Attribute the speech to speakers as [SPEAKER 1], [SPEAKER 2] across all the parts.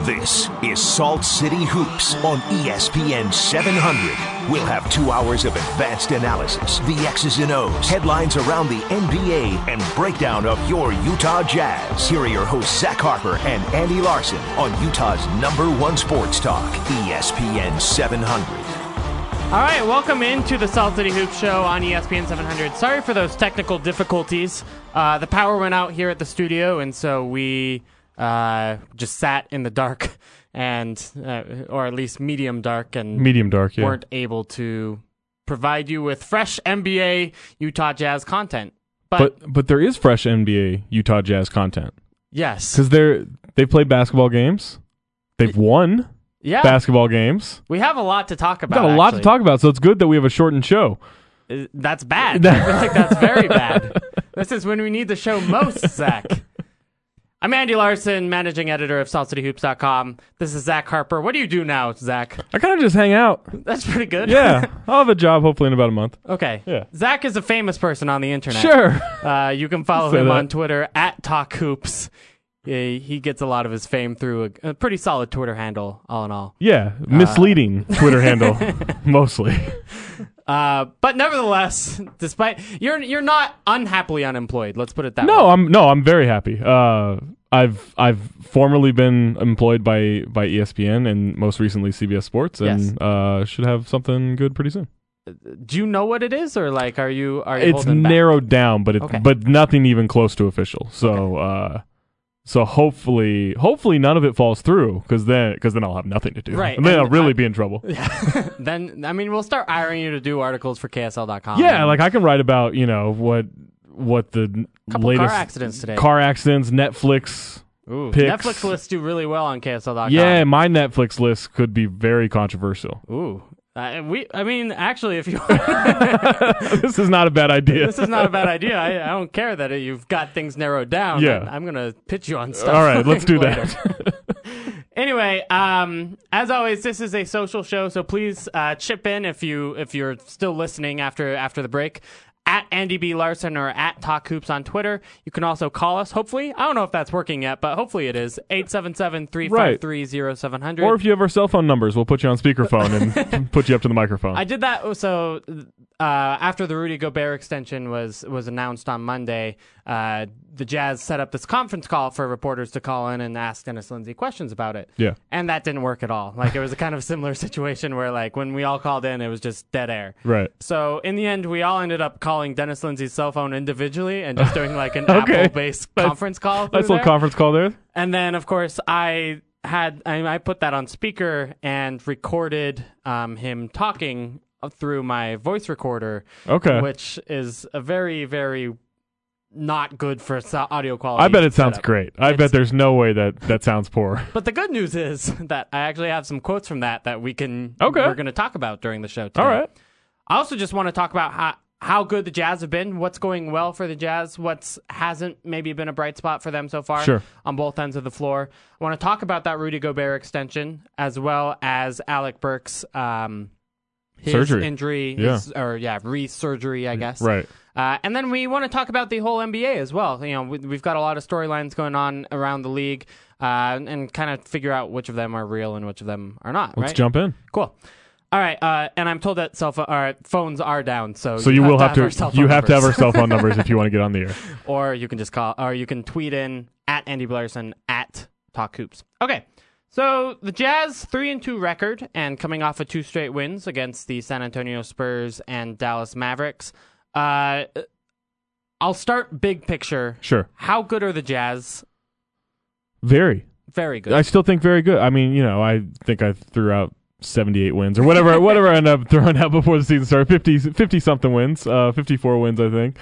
[SPEAKER 1] This is Salt City Hoops on E ESPN 700. We'll have two hours of advanced analysis, the X's and O's, headlines around the NBA, and breakdown of your Utah Jazz. Here are your hosts, Zach Harper and Andy Larson, on Utah's number one sports talk, E ESPN 700.
[SPEAKER 2] All right, welcome into the Salt City Hoop Show on E ESPN 700. Sorry for those technical difficulties. Uh, the power went out here at the studio, and so we uh, just sat in the dark, and uh, or at least medium dark, and
[SPEAKER 3] Medium dark, yeah.
[SPEAKER 2] weren't able to provide you with fresh NBA Utah Jazz content. But,
[SPEAKER 3] but but there is fresh NBA Utah Jazz content
[SPEAKER 2] yes,
[SPEAKER 3] because they're they've played basketball games, they've won
[SPEAKER 2] yeah,
[SPEAKER 3] basketball games.
[SPEAKER 2] we have a lot to talk
[SPEAKER 3] We've
[SPEAKER 2] about.
[SPEAKER 3] got a lot to
[SPEAKER 2] actually.
[SPEAKER 3] talk about, so it's good that we have a shortened show.
[SPEAKER 2] Uh, That's bad. I feel like that's very bad. This is when we need the show most, Zach. I'm Andy Larson, managing editor of SaltCityHoops.com. This is Zach Harper. What do you do now, Zach?
[SPEAKER 3] I kind of just hang out.
[SPEAKER 2] That's pretty good.
[SPEAKER 3] Yeah, I'll have a job hopefully in about a month.
[SPEAKER 2] okay.
[SPEAKER 3] Yeah.
[SPEAKER 2] Zach is a famous person on the internet.
[SPEAKER 3] Sure.
[SPEAKER 2] Uh, you can follow
[SPEAKER 3] Say
[SPEAKER 2] him
[SPEAKER 3] that.
[SPEAKER 2] on Twitter at Talk Hoops. He he gets a lot of his fame through a, a pretty solid Twitter handle, all in all.
[SPEAKER 3] Yeah, misleading Twitter handle mostly.
[SPEAKER 2] Uh, but nevertheless, despite you're you're not unhappily unemployed. Let's put it that way.
[SPEAKER 3] No, I'm no, I'm very happy. Uh, I've I've formerly been employed by by E ESPN and most recently CBS Sports, and
[SPEAKER 2] Yes.
[SPEAKER 3] uh, should have something good pretty soon.
[SPEAKER 2] Do you know what it is, or like, are you are you
[SPEAKER 3] it's
[SPEAKER 2] holding back?
[SPEAKER 3] narrowed down, but it,
[SPEAKER 2] Okay.
[SPEAKER 3] but nothing even close to official. So uh, so hopefully hopefully none of it falls through because then because then I'll have nothing to do.
[SPEAKER 2] Right,
[SPEAKER 3] and then
[SPEAKER 2] and
[SPEAKER 3] I'll really
[SPEAKER 2] I-
[SPEAKER 3] be in trouble.
[SPEAKER 2] then I mean, we'll start hiring you to do articles for KSL.com.
[SPEAKER 3] Yeah, like I can write about you know what what the
[SPEAKER 2] Couple
[SPEAKER 3] latest
[SPEAKER 2] car accidents today.
[SPEAKER 3] car accidents, Netflix.
[SPEAKER 2] Ooh,
[SPEAKER 3] picks.
[SPEAKER 2] Netflix lists do really well on KSL.com.
[SPEAKER 3] Yeah, my Netflix list could be very controversial.
[SPEAKER 2] Ooh. Uh, we, I mean, actually, if you,
[SPEAKER 3] this is not a bad idea.
[SPEAKER 2] this is not a bad idea. I, I don't care that you've got things narrowed down.
[SPEAKER 3] Yeah.
[SPEAKER 2] I'm gonna pitch you on stuff.
[SPEAKER 3] All right, let's do
[SPEAKER 2] later.
[SPEAKER 3] that.
[SPEAKER 2] Anyway, um, as always, this is a social show, so please uh, chip in if you if you're still listening after after the break. At Andy B Larson or at Talk Hoops on Twitter. You can also call us. Hopefully, I don't know if that's working yet, but hopefully it is. 877-353-0700.
[SPEAKER 3] or if you have our cell phone numbers, we'll put you on speakerphone and put you up to the microphone.
[SPEAKER 2] I did that. oh, So uh, after the Rudy Gobert extension was was announced on Monday, uh, the Jazz set up this conference call for reporters to call in and ask Dennis Lindsay questions about it.
[SPEAKER 3] Yeah.
[SPEAKER 2] and that didn't work at all. Like it was a kind of similar situation where like when we all called in, it was just dead air.
[SPEAKER 3] Right.
[SPEAKER 2] So in the end, we all ended up calling Dennis Lindsay's cell phone individually and just doing like an
[SPEAKER 3] Okay.
[SPEAKER 2] Apple-based
[SPEAKER 3] That's-
[SPEAKER 2] conference call.
[SPEAKER 3] Nice
[SPEAKER 2] through
[SPEAKER 3] little
[SPEAKER 2] there.
[SPEAKER 3] conference call there.
[SPEAKER 2] And then, of course, I had I, I put that on speaker and recorded um, him talking through my voice recorder,
[SPEAKER 3] Okay.
[SPEAKER 2] which is a very, very not good for so- audio quality.
[SPEAKER 3] I bet it sounds
[SPEAKER 2] setup.
[SPEAKER 3] great. I
[SPEAKER 2] It's-
[SPEAKER 3] bet there's no way that that sounds poor.
[SPEAKER 2] But the good news is that I actually have some quotes from that that we can
[SPEAKER 3] Okay.
[SPEAKER 2] we're going to talk about during the show. Today.
[SPEAKER 3] All right.
[SPEAKER 2] I also just want to talk about how how good the Jazz have been, what's going well for the Jazz, what's hasn't maybe been a bright spot for them so far
[SPEAKER 3] Sure.
[SPEAKER 2] on both ends of the floor. I want to talk about that Rudy Gobert extension as well as Alec Burks um his
[SPEAKER 3] Surgery.
[SPEAKER 2] injury
[SPEAKER 3] Yeah.
[SPEAKER 2] his- or yeah, re-surgery, I guess.
[SPEAKER 3] Right.
[SPEAKER 2] Uh, and then we want to talk about the whole NBA as well. You know, we, we've got a lot of storylines going on around the league, uh, and kind of figure out which of them are real and which of them are not.
[SPEAKER 3] Let's
[SPEAKER 2] right?
[SPEAKER 3] jump in.
[SPEAKER 2] Cool. All right, uh, and I'm told that cell phone, or phones are down, so
[SPEAKER 3] So you, will have
[SPEAKER 2] our
[SPEAKER 3] to,
[SPEAKER 2] cell phone
[SPEAKER 3] you have to have our
[SPEAKER 2] numbers.
[SPEAKER 3] cell phone numbers if you want to get on the air.
[SPEAKER 2] or you can just call, or you can tweet in at Andy Blairson at Talk Hoops. Okay, so the Jazz three and two record, and coming off of two straight wins against the San Antonio Spurs and Dallas Mavericks. Uh, I'll start big picture.
[SPEAKER 3] Sure.
[SPEAKER 2] How good are the Jazz?
[SPEAKER 3] Very.
[SPEAKER 2] Very good.
[SPEAKER 3] I still think very good. I mean, you know, I think I threw out 78 wins or whatever whatever I end up throwing out before the season started. 50 50 something wins, uh 54 wins I think.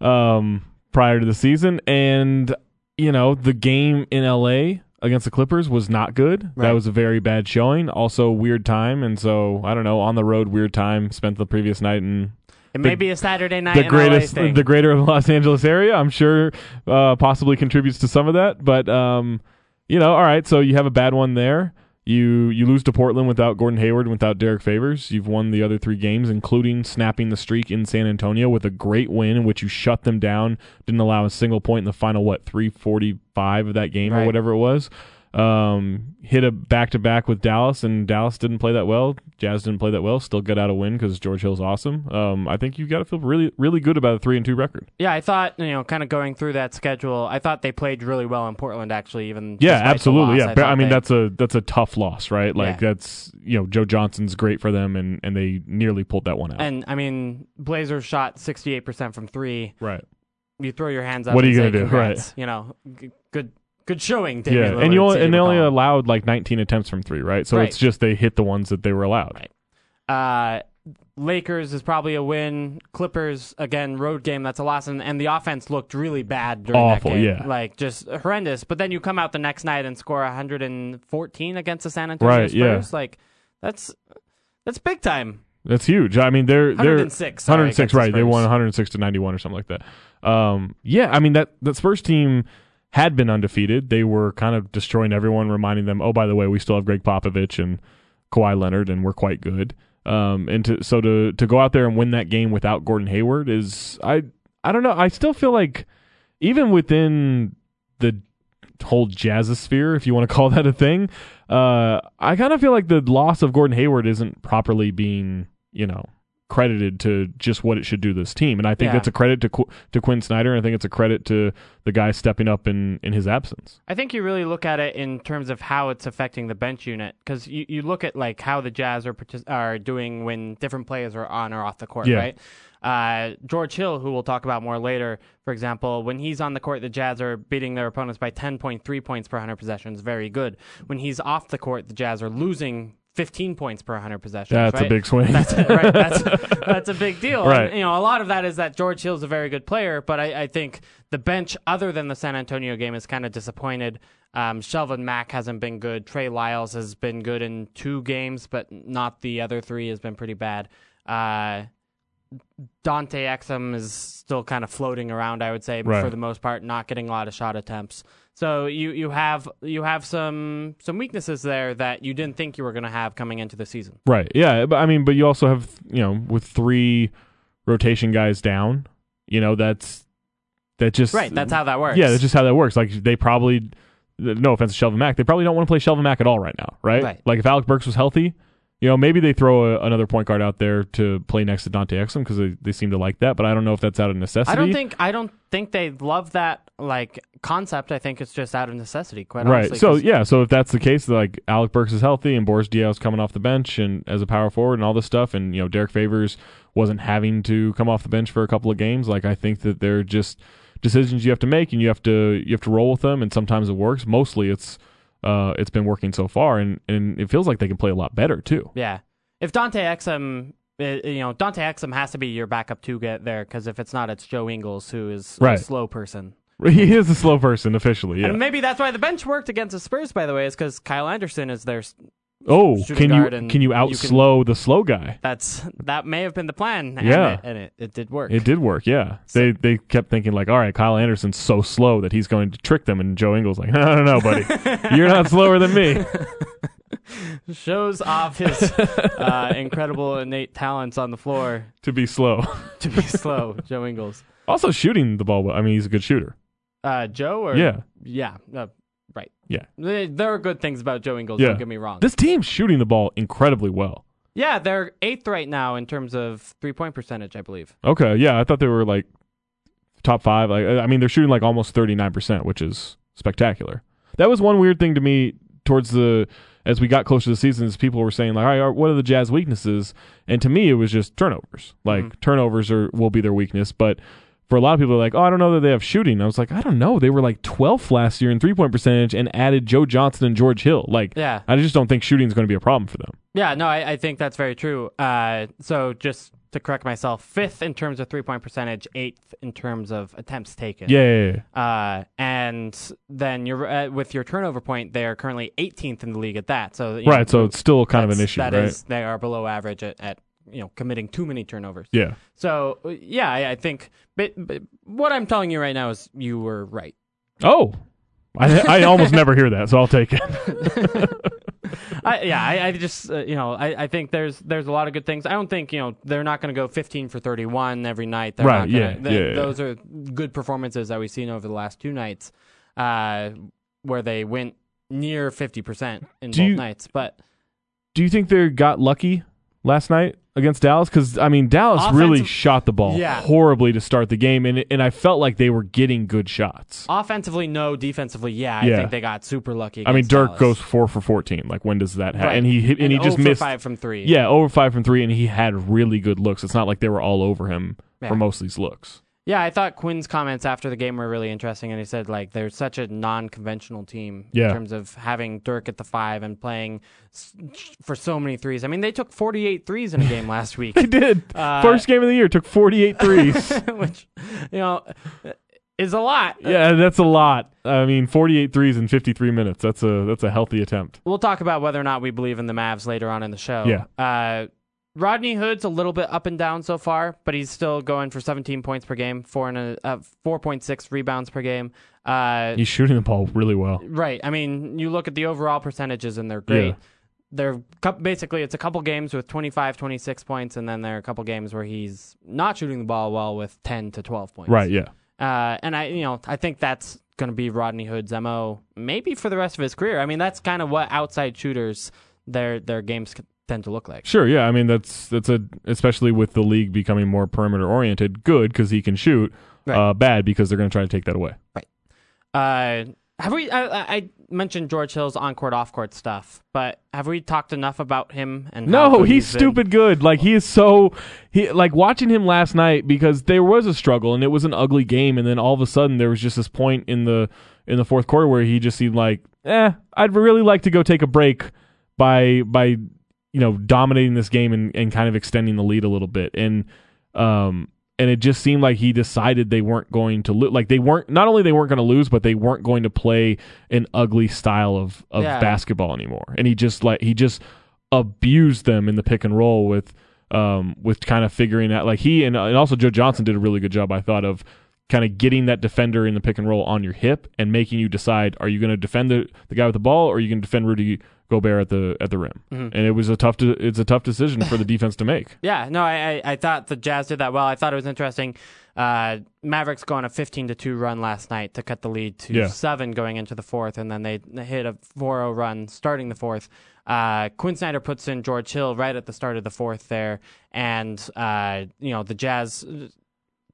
[SPEAKER 3] Um prior to the season and you know, the game in LA against the Clippers was not good.
[SPEAKER 2] Right.
[SPEAKER 3] That was a very bad showing. Also weird time and so I don't know, on the road weird time spent the previous night in
[SPEAKER 2] it may be a Saturday night.
[SPEAKER 3] the
[SPEAKER 2] in LA
[SPEAKER 3] greatest
[SPEAKER 2] thing.
[SPEAKER 3] the greater of Los Angeles area. I'm sure uh, possibly contributes to some of that, but um, you know, all right. So you have a bad one there. You you lose to Portland without Gordon Hayward, without Derek Favors. You've won the other three games, including snapping the streak in San Antonio with a great win in which you shut them down, didn't allow a single point in the final what three forty five of that game
[SPEAKER 2] Right.
[SPEAKER 3] or whatever it was. Um, hit a back to back with Dallas, and Dallas didn't play that well. Jazz didn't play that well. Still got out a win because George Hill's awesome. Um, I think you've got to feel really, really good about a three and two record.
[SPEAKER 2] Yeah, I thought you know, kind of going through that schedule, I thought they played really well in Portland. Actually, even
[SPEAKER 3] Yeah,
[SPEAKER 2] despite the
[SPEAKER 3] absolutely.
[SPEAKER 2] loss,
[SPEAKER 3] yeah, But, I,
[SPEAKER 2] thought
[SPEAKER 3] mean
[SPEAKER 2] they-
[SPEAKER 3] that's a that's a tough loss, right? Like
[SPEAKER 2] Yeah.
[SPEAKER 3] that's you know Joe Johnson's great for them, and and they nearly pulled that one out.
[SPEAKER 2] and I mean Blazers shot sixty eight percent from three.
[SPEAKER 3] right.
[SPEAKER 2] You throw your hands up.
[SPEAKER 3] What are
[SPEAKER 2] and
[SPEAKER 3] you
[SPEAKER 2] say,
[SPEAKER 3] gonna do?
[SPEAKER 2] "Congrats." You know, g- good good showing, Damian
[SPEAKER 3] Yeah,
[SPEAKER 2] Lillard,
[SPEAKER 3] and you
[SPEAKER 2] to
[SPEAKER 3] only, and they only
[SPEAKER 2] recall.
[SPEAKER 3] allowed like 19 attempts from three, right? So
[SPEAKER 2] Right.
[SPEAKER 3] it's just they hit the ones that they were allowed.
[SPEAKER 2] Right. Uh, Lakers is probably a win. Clippers again, road game. That's a loss, and, and the offense looked really bad during
[SPEAKER 3] Awful,
[SPEAKER 2] that game.
[SPEAKER 3] yeah.
[SPEAKER 2] like just horrendous. But then you come out the next night and score 114 against the San Antonio
[SPEAKER 3] Right, yeah.
[SPEAKER 2] Spurs. Like that's that's big time.
[SPEAKER 3] That's huge. I mean, they're they're
[SPEAKER 2] 106, sorry,
[SPEAKER 3] 106,
[SPEAKER 2] against the
[SPEAKER 3] right? They won
[SPEAKER 2] Spurs.
[SPEAKER 3] 106 to 91 or something like that. Um, yeah, I mean that that Spurs team had been undefeated. They were kind of destroying everyone, reminding them, oh, by the way, we still have Greg Popovich and Kawhi Leonard, and we're quite good. Um, and to, so to to go out there and win that game without Gordon Hayward is I I don't know. I still feel like even within the whole jazzosphere, if you want to call that a thing, uh, I kind of feel like the loss of Gordon Hayward isn't properly being, you know, credited to just what it should do this team. And I think
[SPEAKER 2] Yeah.
[SPEAKER 3] that's a credit to Qu- to Quinn Snyder. And I think it's a credit to the guy stepping up in in his absence.
[SPEAKER 2] I think you really look at it in terms of how it's affecting the bench unit because you, you look at like how the Jazz are partic- are doing when different players are on or off the court,
[SPEAKER 3] Yeah.
[SPEAKER 2] right? Uh, George Hill, who we'll talk about more later, for example, when he's on the court, the Jazz are beating their opponents by 10.3 points per 100 possessions. Very good. When he's off the court, the Jazz are losing 15 points per 100 possessions.
[SPEAKER 3] That's
[SPEAKER 2] right?
[SPEAKER 3] a big swing.
[SPEAKER 2] That's it, right? That's that's a big deal.
[SPEAKER 3] Right.
[SPEAKER 2] And, you know, a lot of that is that George Hill's a very good player, but I, I think the bench, other than the San Antonio game, is kind of disappointed. Um, Shelvin Mack hasn't been good. Trey Lyles has been good in two games, but not the other three. Has been pretty bad. Uh, Dante Exum is still kind of floating around, I would say,
[SPEAKER 3] Right.
[SPEAKER 2] for the most part, not getting a lot of shot attempts. So you, you have you have some some weaknesses there that you didn't think you were going to have coming into the season.
[SPEAKER 3] Right. Yeah. But I mean, but you also have you know with three rotation guys down, you know that's that just
[SPEAKER 2] Right, that's how that works.
[SPEAKER 3] Yeah, that's just how that works. Like they probably, no offense to Shelvin Mack, they probably don't want to play Shelvin Mack at all right now, right?
[SPEAKER 2] Right.
[SPEAKER 3] Like if Alec Burks was healthy, you know, maybe they throw a, another point guard out there to play next to Dante Exum because they, they seem to like that. But I don't know if that's out of necessity.
[SPEAKER 2] I don't think I don't think they love that like concept. I think it's just out of necessity, quite
[SPEAKER 3] Right.
[SPEAKER 2] honestly.
[SPEAKER 3] so
[SPEAKER 2] 'cause-
[SPEAKER 3] yeah. So if that's the case, like Alec Burks is healthy and Boris Diaw's coming off the bench and as a power forward and all this stuff, and you know Derek Favors wasn't having to come off the bench for a couple of games. Like I think that they're just decisions you have to make and you have to you have to roll with them. And sometimes it works. Mostly it's uh it's been working so far, and and it feels like they can play a lot better too.
[SPEAKER 2] yeah. If Dante Exum, uh, you know, Dante Exum has to be your backup to get there because if it's not, it's Joe Ingles who is a
[SPEAKER 3] Right.
[SPEAKER 2] slow person.
[SPEAKER 3] He is a slow person officially. Yeah.
[SPEAKER 2] And maybe that's why the bench worked against the Spurs, by the way, is because Kyle Anderson is their. s-
[SPEAKER 3] oh,
[SPEAKER 2] shooting
[SPEAKER 3] can you
[SPEAKER 2] guard and
[SPEAKER 3] can you
[SPEAKER 2] you
[SPEAKER 3] out
[SPEAKER 2] can-
[SPEAKER 3] slow the slow guy?
[SPEAKER 2] That's that may have been the plan. and
[SPEAKER 3] Yeah.
[SPEAKER 2] it- and it, it did work.
[SPEAKER 3] It did work, yeah. They they kept thinking like, all right, Kyle Anderson's so slow that he's going to trick them, and Joe Ingles like, no, no, no, buddy, you're not slower than me.
[SPEAKER 2] Shows off his uh, incredible innate talents on the floor
[SPEAKER 3] to be slow.
[SPEAKER 2] to be slow. Joe Ingles,
[SPEAKER 3] Also, shooting the ball. well. I mean, he's a good shooter.
[SPEAKER 2] uh, Joe, or
[SPEAKER 3] Yeah,
[SPEAKER 2] yeah, uh, right.
[SPEAKER 3] yeah.
[SPEAKER 2] They- There are good things about Joe Ingles.
[SPEAKER 3] Yeah.
[SPEAKER 2] Don't get me wrong.
[SPEAKER 3] This team's shooting the ball incredibly well.
[SPEAKER 2] yeah, they're eighth right now in terms of three point percentage, I believe.
[SPEAKER 3] Okay, yeah. I thought they were like top five. Like, I mean, they're shooting like almost thirty nine percent, which is spectacular. That was one weird thing to me towards the as we got closer to the season. Is people were saying like, all right, what are the Jazz weaknesses? And to me, it was just turnovers.
[SPEAKER 2] Mm-hmm.
[SPEAKER 3] Like turnovers are will be their weakness, but. For a lot of people, like, oh, I don't know that they have shooting. I was like, I don't know. They were like 12th last year in three point percentage and added Joe Johnson and George Hill. Like,
[SPEAKER 2] Yeah.
[SPEAKER 3] I just don't think shooting is going to be a problem for them.
[SPEAKER 2] Yeah, no, I, I think that's very true. Uh, so just to correct myself, fifth in terms of three point percentage, eighth in terms of attempts taken.
[SPEAKER 3] Yeah, yeah, yeah.
[SPEAKER 2] Uh, and then you're uh, with your turnover point, they are currently 18th in the league at that. So you know,
[SPEAKER 3] right. So it's still kind of an
[SPEAKER 2] that's-
[SPEAKER 3] issue,
[SPEAKER 2] that
[SPEAKER 3] right?
[SPEAKER 2] is- they are below average at, at you know committing too many turnovers.
[SPEAKER 3] yeah.
[SPEAKER 2] So uh, yeah, I, I think. But, but what I'm telling you right now is you were right.
[SPEAKER 3] Oh, I, I almost never hear that, so I'll take it.
[SPEAKER 2] I, yeah, I, I just uh, you know I, I think there's there's a lot of good things. I don't think you know they're not going to go 15 for 31 every night. They're
[SPEAKER 3] Right,
[SPEAKER 2] Not gonna,
[SPEAKER 3] yeah,
[SPEAKER 2] th-
[SPEAKER 3] yeah, yeah.
[SPEAKER 2] Those are good performances that we've seen over the last two nights, uh, where they went near 50% in
[SPEAKER 3] Do
[SPEAKER 2] both
[SPEAKER 3] you-
[SPEAKER 2] nights. But
[SPEAKER 3] Do you think they got lucky last night against Dallas? Because I mean, Dallas really
[SPEAKER 2] Offensive-
[SPEAKER 3] shot the ball
[SPEAKER 2] Yeah.
[SPEAKER 3] horribly to start the game, and and I felt like they were getting good shots.
[SPEAKER 2] offensively, no. Defensively, yeah. I
[SPEAKER 3] Yeah.
[SPEAKER 2] think they got super lucky.
[SPEAKER 3] I mean,
[SPEAKER 2] against
[SPEAKER 3] Dirk
[SPEAKER 2] Dallas.
[SPEAKER 3] goes four for fourteen. Like when does that happen?
[SPEAKER 2] Right.
[SPEAKER 3] And he hit, and, he just
[SPEAKER 2] 0 for
[SPEAKER 3] missed.
[SPEAKER 2] 5 from 3.
[SPEAKER 3] Yeah, over five from three, and he had really good looks. It's not like they were all over him
[SPEAKER 2] Yeah.
[SPEAKER 3] for most of these looks.
[SPEAKER 2] Yeah, I thought Quinn's comments after the game were really interesting, and he said like they're such a non-conventional team
[SPEAKER 3] Yeah.
[SPEAKER 2] in terms of having Dirk at the five and playing s- for so many threes. I mean, they took 48 threes in a game last week,
[SPEAKER 3] They did.
[SPEAKER 2] Uh,
[SPEAKER 3] First game of the year took 48 threes.
[SPEAKER 2] which you know uh, is a lot.
[SPEAKER 3] yeah, that's a lot. I mean, 48 threes in 53 minutes. That's a that's a healthy attempt.
[SPEAKER 2] We'll talk about whether or not we believe in the Mavs later on in the show.
[SPEAKER 3] Yeah.
[SPEAKER 2] Uh, Rodney Hood's a little bit up and down so far, but he's still going for 17 points per game, four and a, uh, 4.6 rebounds per game. Uh,
[SPEAKER 3] He's shooting the ball really well.
[SPEAKER 2] Right. I mean, you look at the overall percentages and they're great.
[SPEAKER 3] Yeah.
[SPEAKER 2] They're cou- basically it's a couple games with 25, 26 points and then there are a couple games where he's not shooting the ball well with 10 to 12 points.
[SPEAKER 3] Right, yeah.
[SPEAKER 2] Uh, and I you know, I think that's going to be Rodney Hood's MO maybe for the rest of his career. I mean, that's kind of what outside shooters their their games c- tend to look like.
[SPEAKER 3] Sure, yeah. I mean, that's that's a especially with the league becoming more perimeter oriented, good because he can shoot.
[SPEAKER 2] Right.
[SPEAKER 3] Uh, bad because they're going to try to take that away.
[SPEAKER 2] Uh, have we? I, I- I mentioned George Hill's on court, off court stuff, but have we talked enough about him? And how
[SPEAKER 3] No,
[SPEAKER 2] good
[SPEAKER 3] he's
[SPEAKER 2] been?
[SPEAKER 3] stupid good. Like he is so he like watching him last night because there was a struggle and it was an ugly game and then all of a sudden there was just this point in the in the fourth quarter where he just seemed like, "Eh, I'd really like to go take a break by by you know dominating this game and and kind of extending the lead a little bit." And um and it just seemed like he decided they weren't going to lose. Like they weren't not only they weren't going to lose, but they weren't going to play an ugly style of of
[SPEAKER 2] Yeah.
[SPEAKER 3] basketball anymore. And he just like he just abused them in the pick and roll with um with kind of figuring out like he and and also Joe Johnson did a really good job I thought of kind of getting that defender in the pick and roll on your hip and making you decide are you going to defend the, the guy with the ball or are you going to defend Rudy Gobert at the at the rim. And it was a tough de- it's a tough decision for the defense to make.
[SPEAKER 2] Yeah, no, I, I, I thought the Jazz did that well. I thought it was interesting. Uh, Mavericks go on a 15 to 2 run last night to cut the lead to
[SPEAKER 3] Yeah.
[SPEAKER 2] 7 going into the fourth, and then they hit a 4 0 run starting the fourth. Uh, Quinn Snyder puts in George Hill right at the start of the fourth there, and, uh, you know, the Jazz uh,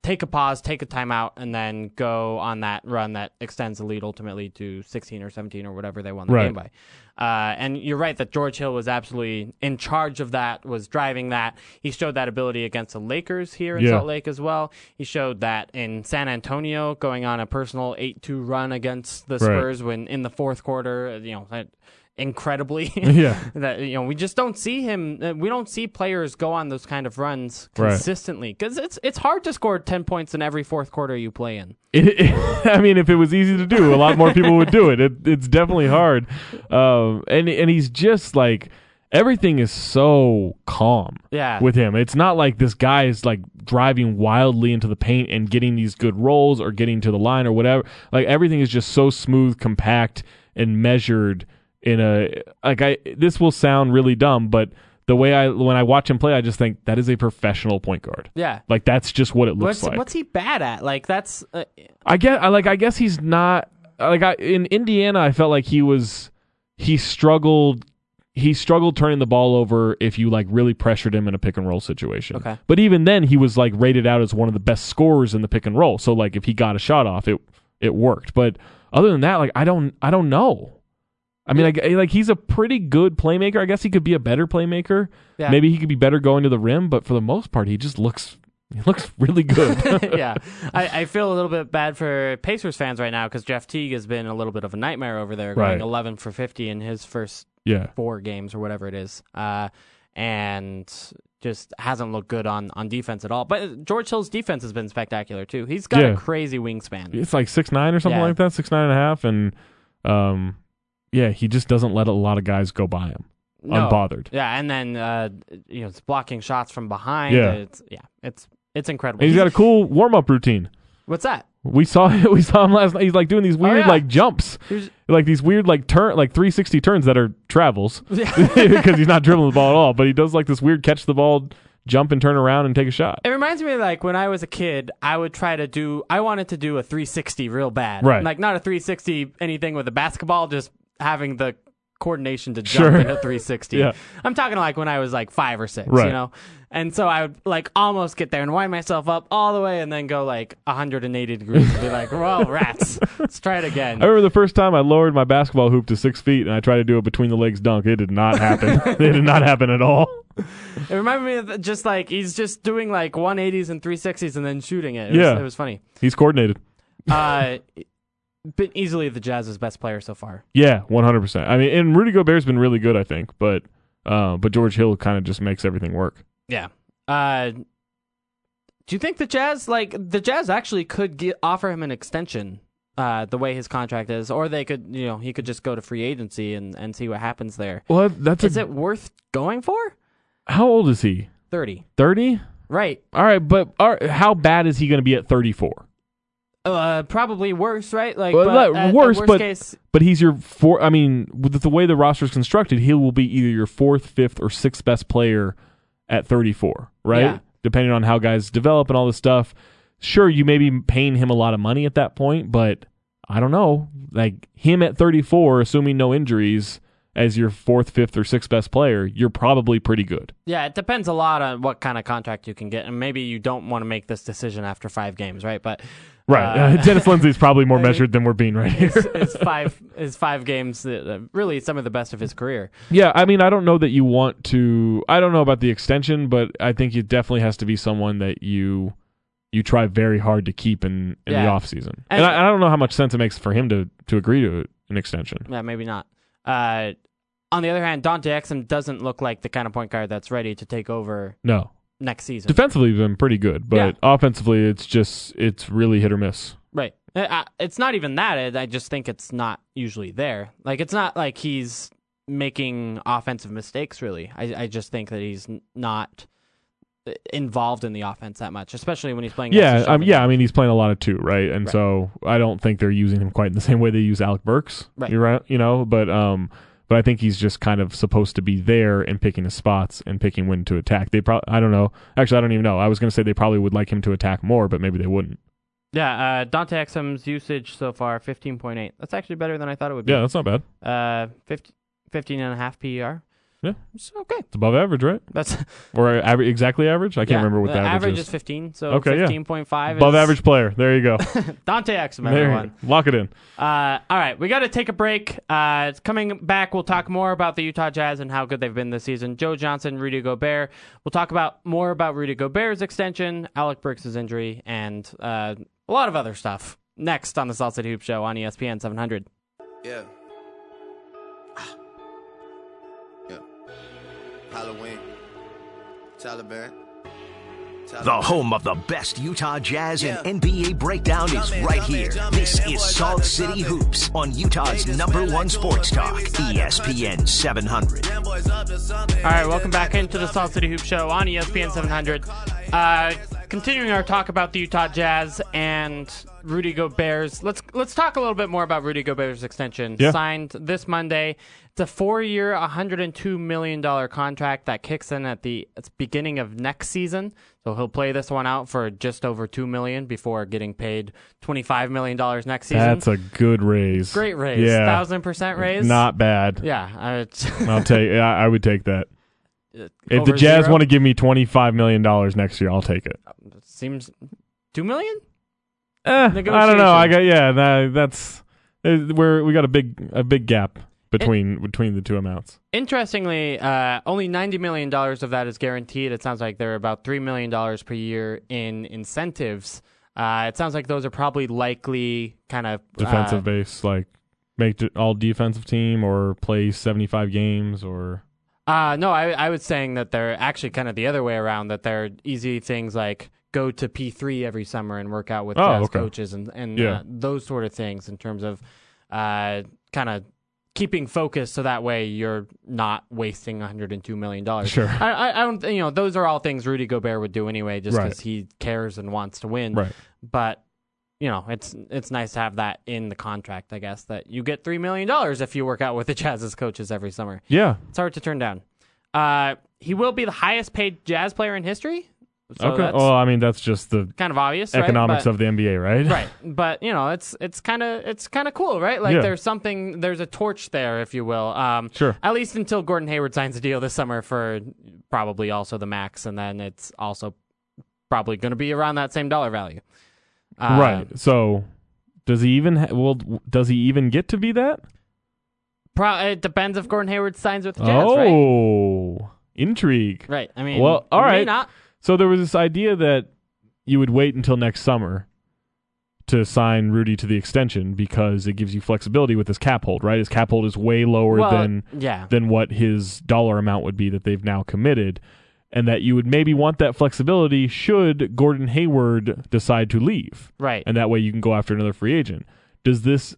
[SPEAKER 2] take a pause, take a timeout, and then go on that run that extends the lead ultimately to 16 or 17 or whatever they won the
[SPEAKER 3] Right.
[SPEAKER 2] game by. Uh, and you're right that George Hill was absolutely in charge of that, was driving that. He showed that ability against the Lakers here in
[SPEAKER 3] Yeah.
[SPEAKER 2] Salt Lake as well. He showed that in San Antonio, going on a personal 8 2 run against the Spurs when in the fourth quarter, you know, that- incredibly.
[SPEAKER 3] Yeah.
[SPEAKER 2] that you know we just don't see him uh, we don't see players go on those kind of runs
[SPEAKER 3] Right.
[SPEAKER 2] consistently because it's it's hard to score 10 points in every fourth quarter you play in
[SPEAKER 3] It, it- I mean, if it was easy to do, a lot more people would do it. it it's definitely hard, um, and and he's just like everything is so calm
[SPEAKER 2] yeah
[SPEAKER 3] with him. It's not like this guy is like driving wildly into the paint and getting these good rolls or getting to the line or whatever. Like everything is just so smooth, compact, and measured. In a like, I this will sound really dumb, but the way I when I watch him play, I just think that is a professional point guard.
[SPEAKER 2] yeah
[SPEAKER 3] Like that's just what it looks
[SPEAKER 2] what's
[SPEAKER 3] like.
[SPEAKER 2] what's he bad at like that's uh,
[SPEAKER 3] I get I like I guess he's not like I in Indiana I felt like he was he struggled he struggled turning the ball over if you like really pressured him in a pick and roll situation.
[SPEAKER 2] Okay.
[SPEAKER 3] But even then he was like rated out as one of the best scorers in the pick and roll. So like if he got a shot off it it worked. But other than that like I don't I don't know. I mean, like, eh, like he's a pretty good playmaker. I guess he could be a better playmaker.
[SPEAKER 2] Yeah.
[SPEAKER 3] Maybe he could be better going to the rim, but for the most part, he just looks he looks really good.
[SPEAKER 2] yeah, I, I feel a little bit bad for Pacers fans right now because Jeff Teague has been a little bit of a nightmare over there, going
[SPEAKER 3] Right.
[SPEAKER 2] 11 for 50 in his first
[SPEAKER 3] yeah.
[SPEAKER 2] four games or whatever it is, uh, and just hasn't looked good on, on defense at all. But uh, George Hill's defense has been spectacular too. He's got
[SPEAKER 3] Yeah.
[SPEAKER 2] a crazy wingspan.
[SPEAKER 3] it's like six nine or something
[SPEAKER 2] Yeah.
[SPEAKER 3] like that, six nine and a half, and um, yeah, he just doesn't let a lot of guys go by him
[SPEAKER 2] No.
[SPEAKER 3] unbothered.
[SPEAKER 2] Yeah, and then uh, you know it's blocking shots from behind.
[SPEAKER 3] Yeah.
[SPEAKER 2] it's, yeah, it's it's incredible.
[SPEAKER 3] And he's got a cool warm up routine.
[SPEAKER 2] What's that?
[SPEAKER 3] We saw we saw him last night. He's like doing these weird
[SPEAKER 2] Oh, yeah.
[SPEAKER 3] like jumps,
[SPEAKER 2] Here's-
[SPEAKER 3] like these weird like turn like three sixty turns that are travels because he's not dribbling the ball at all. But he does like this weird catch the ball, jump and turn around and take a shot.
[SPEAKER 2] It reminds me like when I was a kid, I would try to do I wanted to do a 360 real bad.
[SPEAKER 3] Right.
[SPEAKER 2] Like not a 360 anything with a basketball, just having the coordination to jump
[SPEAKER 3] Sure.
[SPEAKER 2] into 360.
[SPEAKER 3] Yeah.
[SPEAKER 2] I'm talking like when I was like five or six,
[SPEAKER 3] Right.
[SPEAKER 2] you know? And so I would like almost get there and wind myself up all the way and then go like 180 degrees and be like, well, rats, let's try it again.
[SPEAKER 3] I remember the first time I lowered my basketball hoop to six feet and I tried to do a between the legs dunk. It did not happen. it did not happen at all.
[SPEAKER 2] It reminded me of the- just like he's just doing like 180s and 360s and then shooting it. It
[SPEAKER 3] Yeah.
[SPEAKER 2] was, it was funny.
[SPEAKER 3] He's coordinated.
[SPEAKER 2] Uh, but easily the Jazz's best player so far.
[SPEAKER 3] Yeah, one hundred percent. I mean, and Rudy Gobert's been really good, I think, but uh, but George Hill kind of just makes everything work.
[SPEAKER 2] Yeah. Uh, do you think the Jazz like the Jazz actually could get, offer him an extension? Uh, the way his contract is, or they could, you know, he could just go to free agency and, and see what happens there.
[SPEAKER 3] Well, that's
[SPEAKER 2] Is it worth going for?
[SPEAKER 3] how old is he?
[SPEAKER 2] Thirty,
[SPEAKER 3] Thirty.
[SPEAKER 2] right?
[SPEAKER 3] All right, but all right, how bad is he going to be at thirty four?
[SPEAKER 2] Uh, probably worse, right? Like,
[SPEAKER 3] Well,
[SPEAKER 2] but
[SPEAKER 3] not
[SPEAKER 2] at- at
[SPEAKER 3] worse,
[SPEAKER 2] worst
[SPEAKER 3] but-
[SPEAKER 2] case,
[SPEAKER 3] But he's your four. I mean, with the way the roster's constructed, he will be either your fourth, fifth, or sixth best player at 34, right?
[SPEAKER 2] Yeah.
[SPEAKER 3] Depending on how guys develop and all this stuff. Sure, you may be paying him a lot of money at that point, but I don't know. Like him at 34, assuming no injuries, as your fourth, fifth, or sixth best player, you're probably pretty good.
[SPEAKER 2] Yeah, it depends a lot on what kind of contract you can get, and maybe you don't want to make this decision after five games, right? But
[SPEAKER 3] Right.
[SPEAKER 2] uh,
[SPEAKER 3] Dennis Lindsey's probably more
[SPEAKER 2] I think-
[SPEAKER 3] measured than we're being right here.
[SPEAKER 2] it's, it's five is five games, that, uh, really some of the best of his career.
[SPEAKER 3] Yeah, I mean, I don't know that you want to. I don't know about the extension, but I think it definitely has to be someone that you you try very hard to keep in, in
[SPEAKER 2] Yeah.
[SPEAKER 3] the off season.
[SPEAKER 2] And-
[SPEAKER 3] And, I, I don't know how much sense it makes for him to to agree to an extension.
[SPEAKER 2] Yeah, maybe not. Uh, on the other hand, Dante Exum doesn't look like the kind of point guard that's ready to take over
[SPEAKER 3] No,
[SPEAKER 2] next season.
[SPEAKER 3] defensively, he's been pretty good, but
[SPEAKER 2] Yeah.
[SPEAKER 3] offensively, it's just it's really hit or miss.
[SPEAKER 2] Right. Uh, uh, It's not even that. It- I just think it's not usually there. Like, it's not like he's making offensive mistakes, really. I, I just think that he's n- not uh, involved in the offense that much, especially when he's playing.
[SPEAKER 3] Yeah,
[SPEAKER 2] against the
[SPEAKER 3] um,
[SPEAKER 2] Sharpen.
[SPEAKER 3] yeah. I mean, he's playing a lot of two, right? And
[SPEAKER 2] Right.
[SPEAKER 3] so I don't think they're using him quite in the same way they use Alec Burks.
[SPEAKER 2] Right.
[SPEAKER 3] You're right. You know, but um, but I think he's just kind of supposed to be there and picking his spots and picking when to attack. They probably, I don't know. Actually, I don't even know. I was going to say they probably would like him to attack more, but maybe they wouldn't.
[SPEAKER 2] Yeah, uh, Dante Exum's usage so far, 15.8. That's actually better than I thought it would be.
[SPEAKER 3] Yeah, that's not bad.
[SPEAKER 2] Uh, 50, 15 and a half PER.
[SPEAKER 3] Yeah.
[SPEAKER 2] It's okay.
[SPEAKER 3] It's above average, right?
[SPEAKER 2] That's
[SPEAKER 3] Or aver- exactly average? I can't remember what the average,
[SPEAKER 2] average
[SPEAKER 3] is.
[SPEAKER 2] is. 15, so
[SPEAKER 3] Okay, yeah.
[SPEAKER 2] 15.5
[SPEAKER 3] above
[SPEAKER 2] is
[SPEAKER 3] average player. There you go.
[SPEAKER 2] Dante Exum,
[SPEAKER 3] there,
[SPEAKER 2] everyone.
[SPEAKER 3] you- lock it in.
[SPEAKER 2] Uh, all right, we got to take a break. Uh, it's coming back, we'll talk more about the Utah Jazz and how good they've been this season. Joe Johnson, Rudy Gobert. We'll talk about more about Rudy Gobert's extension, Alec Burks' injury, and uh, a lot of other stuff. Next on the Salt City Hoop Show on E ESPN 700.
[SPEAKER 4] Yeah. Ah. Yeah. Halloween. Taliban.
[SPEAKER 1] The
[SPEAKER 4] Taliban.
[SPEAKER 1] home of the best Utah Jazz
[SPEAKER 4] Yeah.
[SPEAKER 1] and NBA breakdown is
[SPEAKER 4] Jumpin',
[SPEAKER 1] right
[SPEAKER 4] jumpin',
[SPEAKER 1] here.
[SPEAKER 4] jumpin',
[SPEAKER 1] This
[SPEAKER 4] that
[SPEAKER 1] is
[SPEAKER 4] boy
[SPEAKER 1] Salt
[SPEAKER 4] droppin',
[SPEAKER 1] City
[SPEAKER 4] droppin'.
[SPEAKER 1] Hoops on Utah's
[SPEAKER 4] Haters
[SPEAKER 1] number
[SPEAKER 4] smell
[SPEAKER 1] one
[SPEAKER 4] like
[SPEAKER 1] sports
[SPEAKER 4] doors,
[SPEAKER 1] talk, E
[SPEAKER 4] baby, side of
[SPEAKER 1] ESPN 700.
[SPEAKER 4] Them boys up to something.
[SPEAKER 2] All right, welcome back into the Salt City Hoop Show on E ESPN 700. Uh, continuing our talk about the Utah Jazz and Rudy Gobert's. Let's let's talk a little bit more about Rudy Gobert's extension
[SPEAKER 3] Yeah.
[SPEAKER 2] signed this Monday. It's a four-year, 102 million dollar contract that kicks in at the at the beginning of next season. So he'll play this one out for just over two million before getting paid 25 million dollars next season.
[SPEAKER 3] That's a good raise.
[SPEAKER 2] great raise,
[SPEAKER 3] Yeah.
[SPEAKER 2] thousand percent raise.
[SPEAKER 3] Not bad.
[SPEAKER 2] yeah. uh, I would-
[SPEAKER 3] I'll take. I, I would take that. If
[SPEAKER 2] over
[SPEAKER 3] the Jazz
[SPEAKER 2] zero.
[SPEAKER 3] want to give me twenty five million dollars next year, I'll take it.
[SPEAKER 2] seems two million.
[SPEAKER 3] Eh, I don't know.
[SPEAKER 2] Negotiation.
[SPEAKER 3] I got yeah. That, that's uh, where we got a big a big gap between between the two amounts.
[SPEAKER 2] Interestingly, uh, only ninety million dollars of that is guaranteed. It sounds like there are about three million dollars per year in incentives. Uh, it sounds like those are probably likely kind of uh,
[SPEAKER 3] Defensive base, like make it all defensive team or play seventy five games or
[SPEAKER 2] Uh, no, I, I was saying that they're actually kind of the other way around. That they're easy things like go to P three every summer and work out with
[SPEAKER 3] Oh,
[SPEAKER 2] jazz
[SPEAKER 3] okay.
[SPEAKER 2] coaches and and uh,
[SPEAKER 3] Yeah.
[SPEAKER 2] those sort of things in terms of uh, kind of keeping focus so that way you're not wasting 102 million dollars.
[SPEAKER 3] Sure.
[SPEAKER 2] I, I, I don't you know those are all things Rudy Gobert would do anyway, just
[SPEAKER 3] Right.
[SPEAKER 2] because he cares and wants to win.
[SPEAKER 3] right.
[SPEAKER 2] But you know it's it's nice to have that in the contract, I guess, that you get three million dollars if you work out with the Jazz's coaches every summer.
[SPEAKER 3] Yeah,
[SPEAKER 2] It's hard to turn down. Uh, he will be the highest paid jazz player in history. So
[SPEAKER 3] okay.
[SPEAKER 2] that's
[SPEAKER 3] Well, I mean, that's just the
[SPEAKER 2] kind of obvious.
[SPEAKER 3] economics
[SPEAKER 2] right? But-
[SPEAKER 3] of the NBA, right?
[SPEAKER 2] right but you know it's it's kind of it's kind of cool right like
[SPEAKER 3] Yeah.
[SPEAKER 2] there's something there's a torch there if you will um
[SPEAKER 3] Sure.
[SPEAKER 2] at least until gordon hayward signs a deal this summer for probably also the max and then it's also probably going to be around that same dollar value Uh,
[SPEAKER 3] right. So, does he even ha- well? d- Does he even get to be that?
[SPEAKER 2] pro- it depends if gordon hayward signs with the jazz right
[SPEAKER 3] oh, intrigue.
[SPEAKER 2] right i mean
[SPEAKER 3] Well, all
[SPEAKER 2] may
[SPEAKER 3] right.
[SPEAKER 2] not
[SPEAKER 3] So there was this idea that you would wait until next summer to sign Rudy to the extension because it gives you flexibility with his cap hold, right? His cap hold is way lower
[SPEAKER 2] well,
[SPEAKER 3] than
[SPEAKER 2] yeah
[SPEAKER 3] than what his dollar amount would be that they've now committed and that you would maybe want that flexibility should Gordon Hayward decide to leave.
[SPEAKER 2] right
[SPEAKER 3] And that way you can go after another free agent. Does this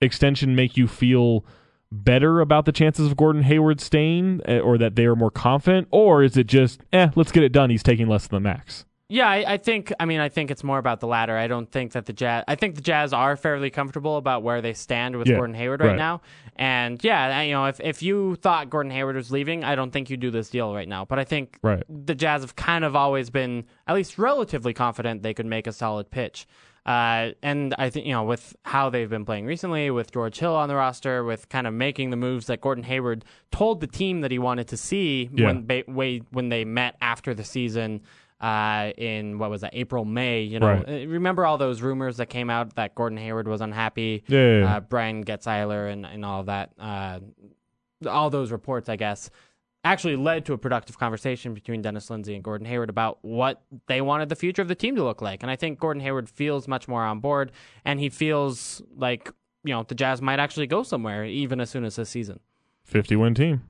[SPEAKER 3] extension make you feel better about the chances of Gordon Hayward staying eh, or that they are more confident? Or is it just, eh, let's get it done? He's taking less than the max.
[SPEAKER 2] Yeah, I, I think. I mean, I think it's more about the latter. I don't think that the Jazz. I think the Jazz are fairly comfortable about where they stand with
[SPEAKER 3] Yeah,
[SPEAKER 2] Gordon Hayward right,
[SPEAKER 3] right.
[SPEAKER 2] now. And yeah, I- you know, if if you thought Gordon Hayward was leaving, I don't think you do this deal right now. But I think
[SPEAKER 3] Right.
[SPEAKER 2] the Jazz have kind of always been at least relatively confident they could make a solid pitch. Uh, and I think you know with how they've been playing recently, with George Hill on the roster, with kind of making the moves that Gordon Hayward told the team that he wanted to see
[SPEAKER 3] Yeah.
[SPEAKER 2] when ba- way, when they met after the season uh, in what was that April May? You know,
[SPEAKER 3] Right.
[SPEAKER 2] Uh, remember all those rumors that came out that Gordon Hayward was unhappy,
[SPEAKER 3] Yeah, yeah, yeah.
[SPEAKER 2] Uh, Brian Getzeiler, and and all that. Uh, all those reports, I guess, actually led to a productive conversation between Dennis Lindsay and Gordon Hayward about what they wanted the future of the team to look like. And I think Gordon Hayward feels much more on board, and he feels like you know the Jazz might actually go somewhere even as soon as this season.
[SPEAKER 3] 50 win team.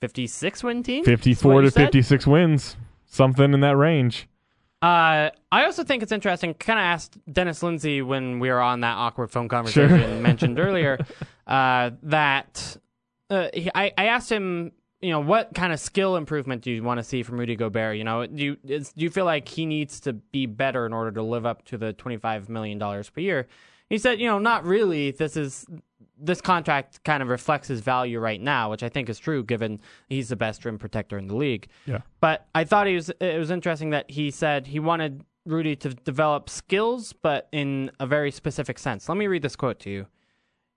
[SPEAKER 2] Fifty-six win team, That's what
[SPEAKER 3] 54
[SPEAKER 2] you
[SPEAKER 3] to
[SPEAKER 2] said?
[SPEAKER 3] 56 wins. Something in that range.
[SPEAKER 2] Uh, I also think it's interesting. Kind of asked Dennis Lindsay when we were on that awkward phone conversation mentioned earlier uh, that uh, he, I, I asked him, you know, what kind of skill improvement do you want to see from Rudy Gobert? You know, do you, is, do you feel like he needs to be better in order to live up to the twenty five million dollars per year? He said, you know, not really. This is this contract kind of reflects his value right now, which I think is true, given he's the best rim protector in the league.
[SPEAKER 3] Yeah.
[SPEAKER 2] But I thought he was it was interesting that he said he wanted Rudy to develop skills, but in a very specific sense. Let me read this quote to you.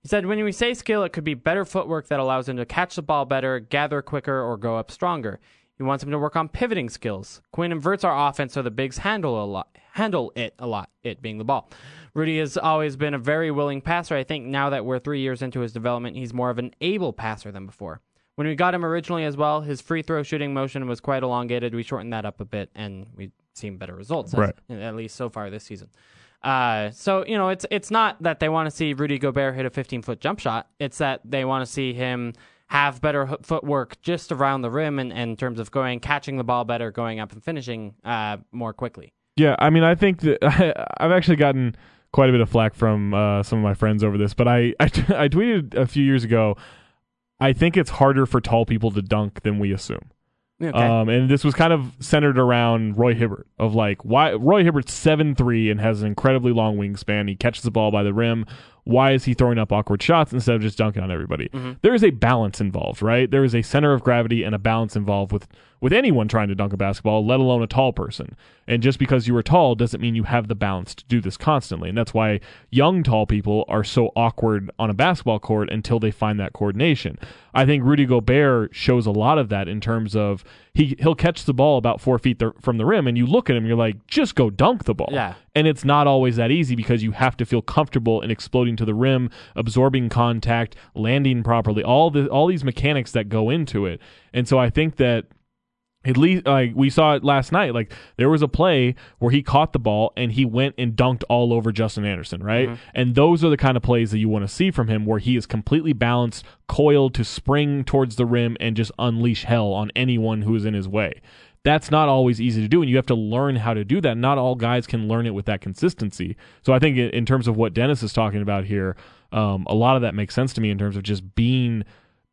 [SPEAKER 2] He said, When we say skill, it could be better footwork that allows him to catch the ball better, gather quicker, or go up stronger. He wants him to work on pivoting skills. Quinn inverts our offense so the bigs handle a lot, handle it a lot, it being the ball. Rudy has always been a very willing passer. I think now that we're three years into his development, he's more of an able passer than before. When we got him originally as well, his free throw shooting motion was quite elongated. We shortened that up a bit, and we've seen better results, as-
[SPEAKER 3] Right.
[SPEAKER 2] at least so far this season. Uh, so you know, it's it's not that they want to see Rudy Gobert hit a 15 foot jump shot. It's that they want to see him have better ho- footwork just around the rim, and in terms of going catching the ball better, going up and finishing uh, more quickly.
[SPEAKER 3] Yeah, I mean, I think that I, I've actually gotten quite a bit of flack from uh, some of my friends over this, but I, I, t- I tweeted a few years ago. I think it's harder for tall people to dunk than we assume.
[SPEAKER 2] Okay.
[SPEAKER 3] Um, and this was kind of centered around Roy Hibbert of like why Roy Hibbert's seven three and has an incredibly long wingspan. He catches the ball by the rim. Why is he throwing up awkward shots instead of just dunking on everybody? There is a balance involved, right? There is a center of gravity and a balance involved with with anyone trying to dunk a basketball, let alone a tall person. And just because you are tall doesn't mean you have the balance to do this constantly. And that's why young tall people are so awkward on a basketball court until they find that coordination. I think Rudy Gobert shows a lot of that in terms of he he'll catch the ball about four feet th- from the rim, and you look at him, you're like, just go dunk the ball.
[SPEAKER 2] Yeah.
[SPEAKER 3] And it's not always that easy because you have to feel comfortable in exploding to the rim, absorbing contact, landing properly, all the all these mechanics that go into it. And so I think that at least like we saw it last night like there was a play where he caught the ball and he went and dunked all over Justin Anderson right and those are the kind of plays that you want to see from him where he is completely balanced coiled to spring towards the rim and just unleash hell on anyone who is in his way that's not always easy to do and you have to learn how to do that not all guys can learn it with that consistency so i think in- in terms of what Dennis is talking about here um, a lot of that makes sense to me in terms of just being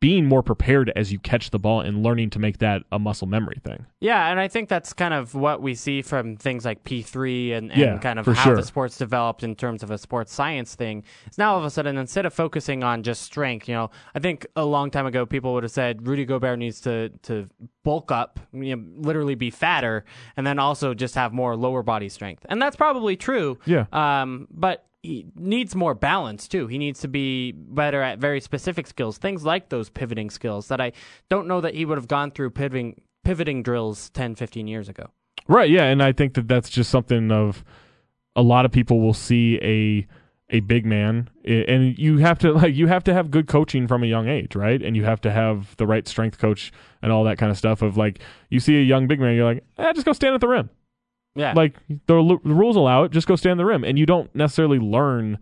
[SPEAKER 3] being more prepared as you catch the ball and learning to make that a muscle memory thing.
[SPEAKER 2] Yeah, and I think that's kind of what we see from things like P3 and, and
[SPEAKER 3] Yeah,
[SPEAKER 2] kind of
[SPEAKER 3] for
[SPEAKER 2] how
[SPEAKER 3] sure.
[SPEAKER 2] the sport's developed in terms of a sports science thing. It's now all of a sudden, instead of focusing on just strength, you know, I think a long time ago people would have said Rudy Gobert needs to, to bulk up, you know, literally be fatter, and then also just have more lower body strength. And that's probably true.
[SPEAKER 3] Yeah.
[SPEAKER 2] Um, but he needs more balance too. He needs to be better at very specific skills, things like those pivoting skills that I don't know that he would have gone through pivoting pivoting drills 10, 15 years ago.
[SPEAKER 3] Right. Yeah, and I think that that's just something of a lot of people will see a a big man i- and you have to like you have to have good coaching from a young age, right? And you have to have the right strength coach and all that kind of stuff of like you see a young big man you're like, "Ah, just go stand at the rim."
[SPEAKER 2] Yeah.
[SPEAKER 3] Like the, l- the rules allow it, just go stand at the rim and you don't necessarily learn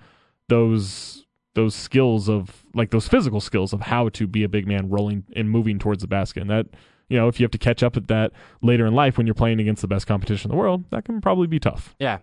[SPEAKER 3] those those skills of like those physical skills of how to be a big man rolling and moving towards the basket. And that you know, if you have to catch up at that later in life when you're playing against the best competition in the world, that can probably be tough.
[SPEAKER 2] Yeah.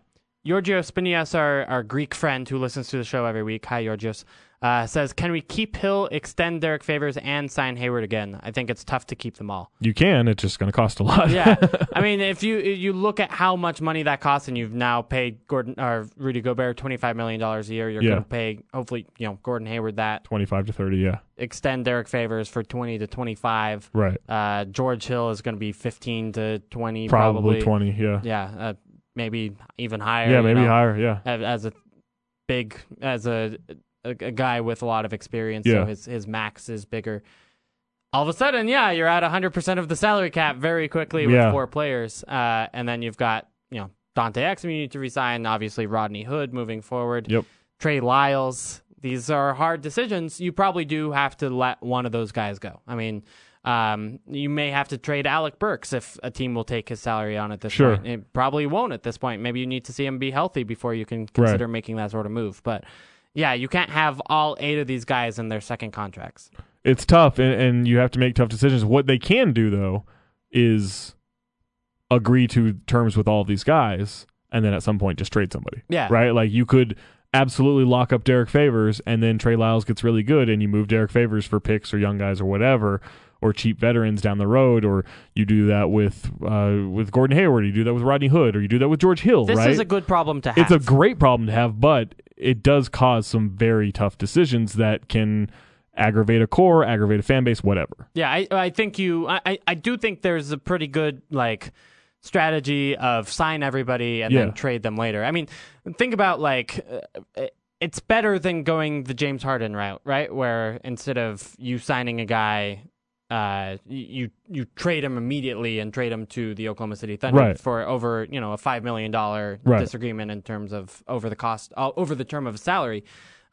[SPEAKER 2] Georgios Spinias, our, our Greek friend who listens to the show every week, hi Georgios, uh, says, Can we keep Hill, extend Derek Favors, and sign Hayward again? I think it's tough to keep them all.
[SPEAKER 3] You can, it's just going to cost a lot.
[SPEAKER 2] yeah, I mean, if you if you look at how much money that costs, and you've now paid Gordon or Rudy Gobert twenty five million dollars a year, you're
[SPEAKER 3] Yeah.
[SPEAKER 2] going to pay hopefully you know Gordon Hayward that
[SPEAKER 3] 25 to 30, yeah.
[SPEAKER 2] extend Derek Favors for twenty to twenty five.
[SPEAKER 3] Right.
[SPEAKER 2] Uh, George Hill is going to be fifteen to twenty,
[SPEAKER 3] Probably,
[SPEAKER 2] probably,
[SPEAKER 3] 20, yeah.
[SPEAKER 2] Yeah, uh, maybe even higher.
[SPEAKER 3] Yeah,
[SPEAKER 2] you
[SPEAKER 3] maybe
[SPEAKER 2] know,
[SPEAKER 3] higher, yeah.
[SPEAKER 2] As, as a big as a, a a guy with a lot of experience,
[SPEAKER 3] Yeah.
[SPEAKER 2] so his his max is bigger. All of a sudden, yeah, you're at 100% of the salary cap very quickly with
[SPEAKER 3] Yeah.
[SPEAKER 2] four players. Uh, and then you've got, you know, Dante Exum you need to resign, obviously Rodney Hood moving forward.
[SPEAKER 3] Yep.
[SPEAKER 2] Trey Lyles. These are hard decisions. You probably do have to let one of those guys go. I mean, um, you may have to trade Alec Burks if a team will take his salary on at this
[SPEAKER 3] Sure.
[SPEAKER 2] point. It probably won't at this point. Maybe you need to see him be healthy before you can consider making that sort of move. But yeah, you can't have all eight of these guys in their second contracts.
[SPEAKER 3] it's tough and, and you have to make tough decisions. What they can do though is agree to terms with all of these guys and then at some point just trade somebody.
[SPEAKER 2] Yeah.
[SPEAKER 3] Right? Like you could absolutely lock up Derek Favors and then Trey Lyles gets really good and you move Derek Favors for picks or young guys or whatever or cheap veterans down the road or you do that with uh, with Gordon Hayward, you do that with Rodney Hood or you do that with George Hill,
[SPEAKER 2] This
[SPEAKER 3] right?
[SPEAKER 2] is a good problem to have.
[SPEAKER 3] it's a great problem to have, but it does cause some very tough decisions that can aggravate a core, aggravate a fan base, whatever.
[SPEAKER 2] Yeah, I I think you I, I- I do think there's a pretty good like strategy of sign everybody and
[SPEAKER 3] Yeah.
[SPEAKER 2] then trade them later. I mean, think about like uh, it's better than going the James Harden route, right? Where instead of you signing a guy uh, you you trade him immediately and trade him to the Oklahoma City Thunder
[SPEAKER 3] Right.
[SPEAKER 2] for over you know a five million dollar
[SPEAKER 3] Right.
[SPEAKER 2] disagreement in terms of over the cost uh, over the term of salary.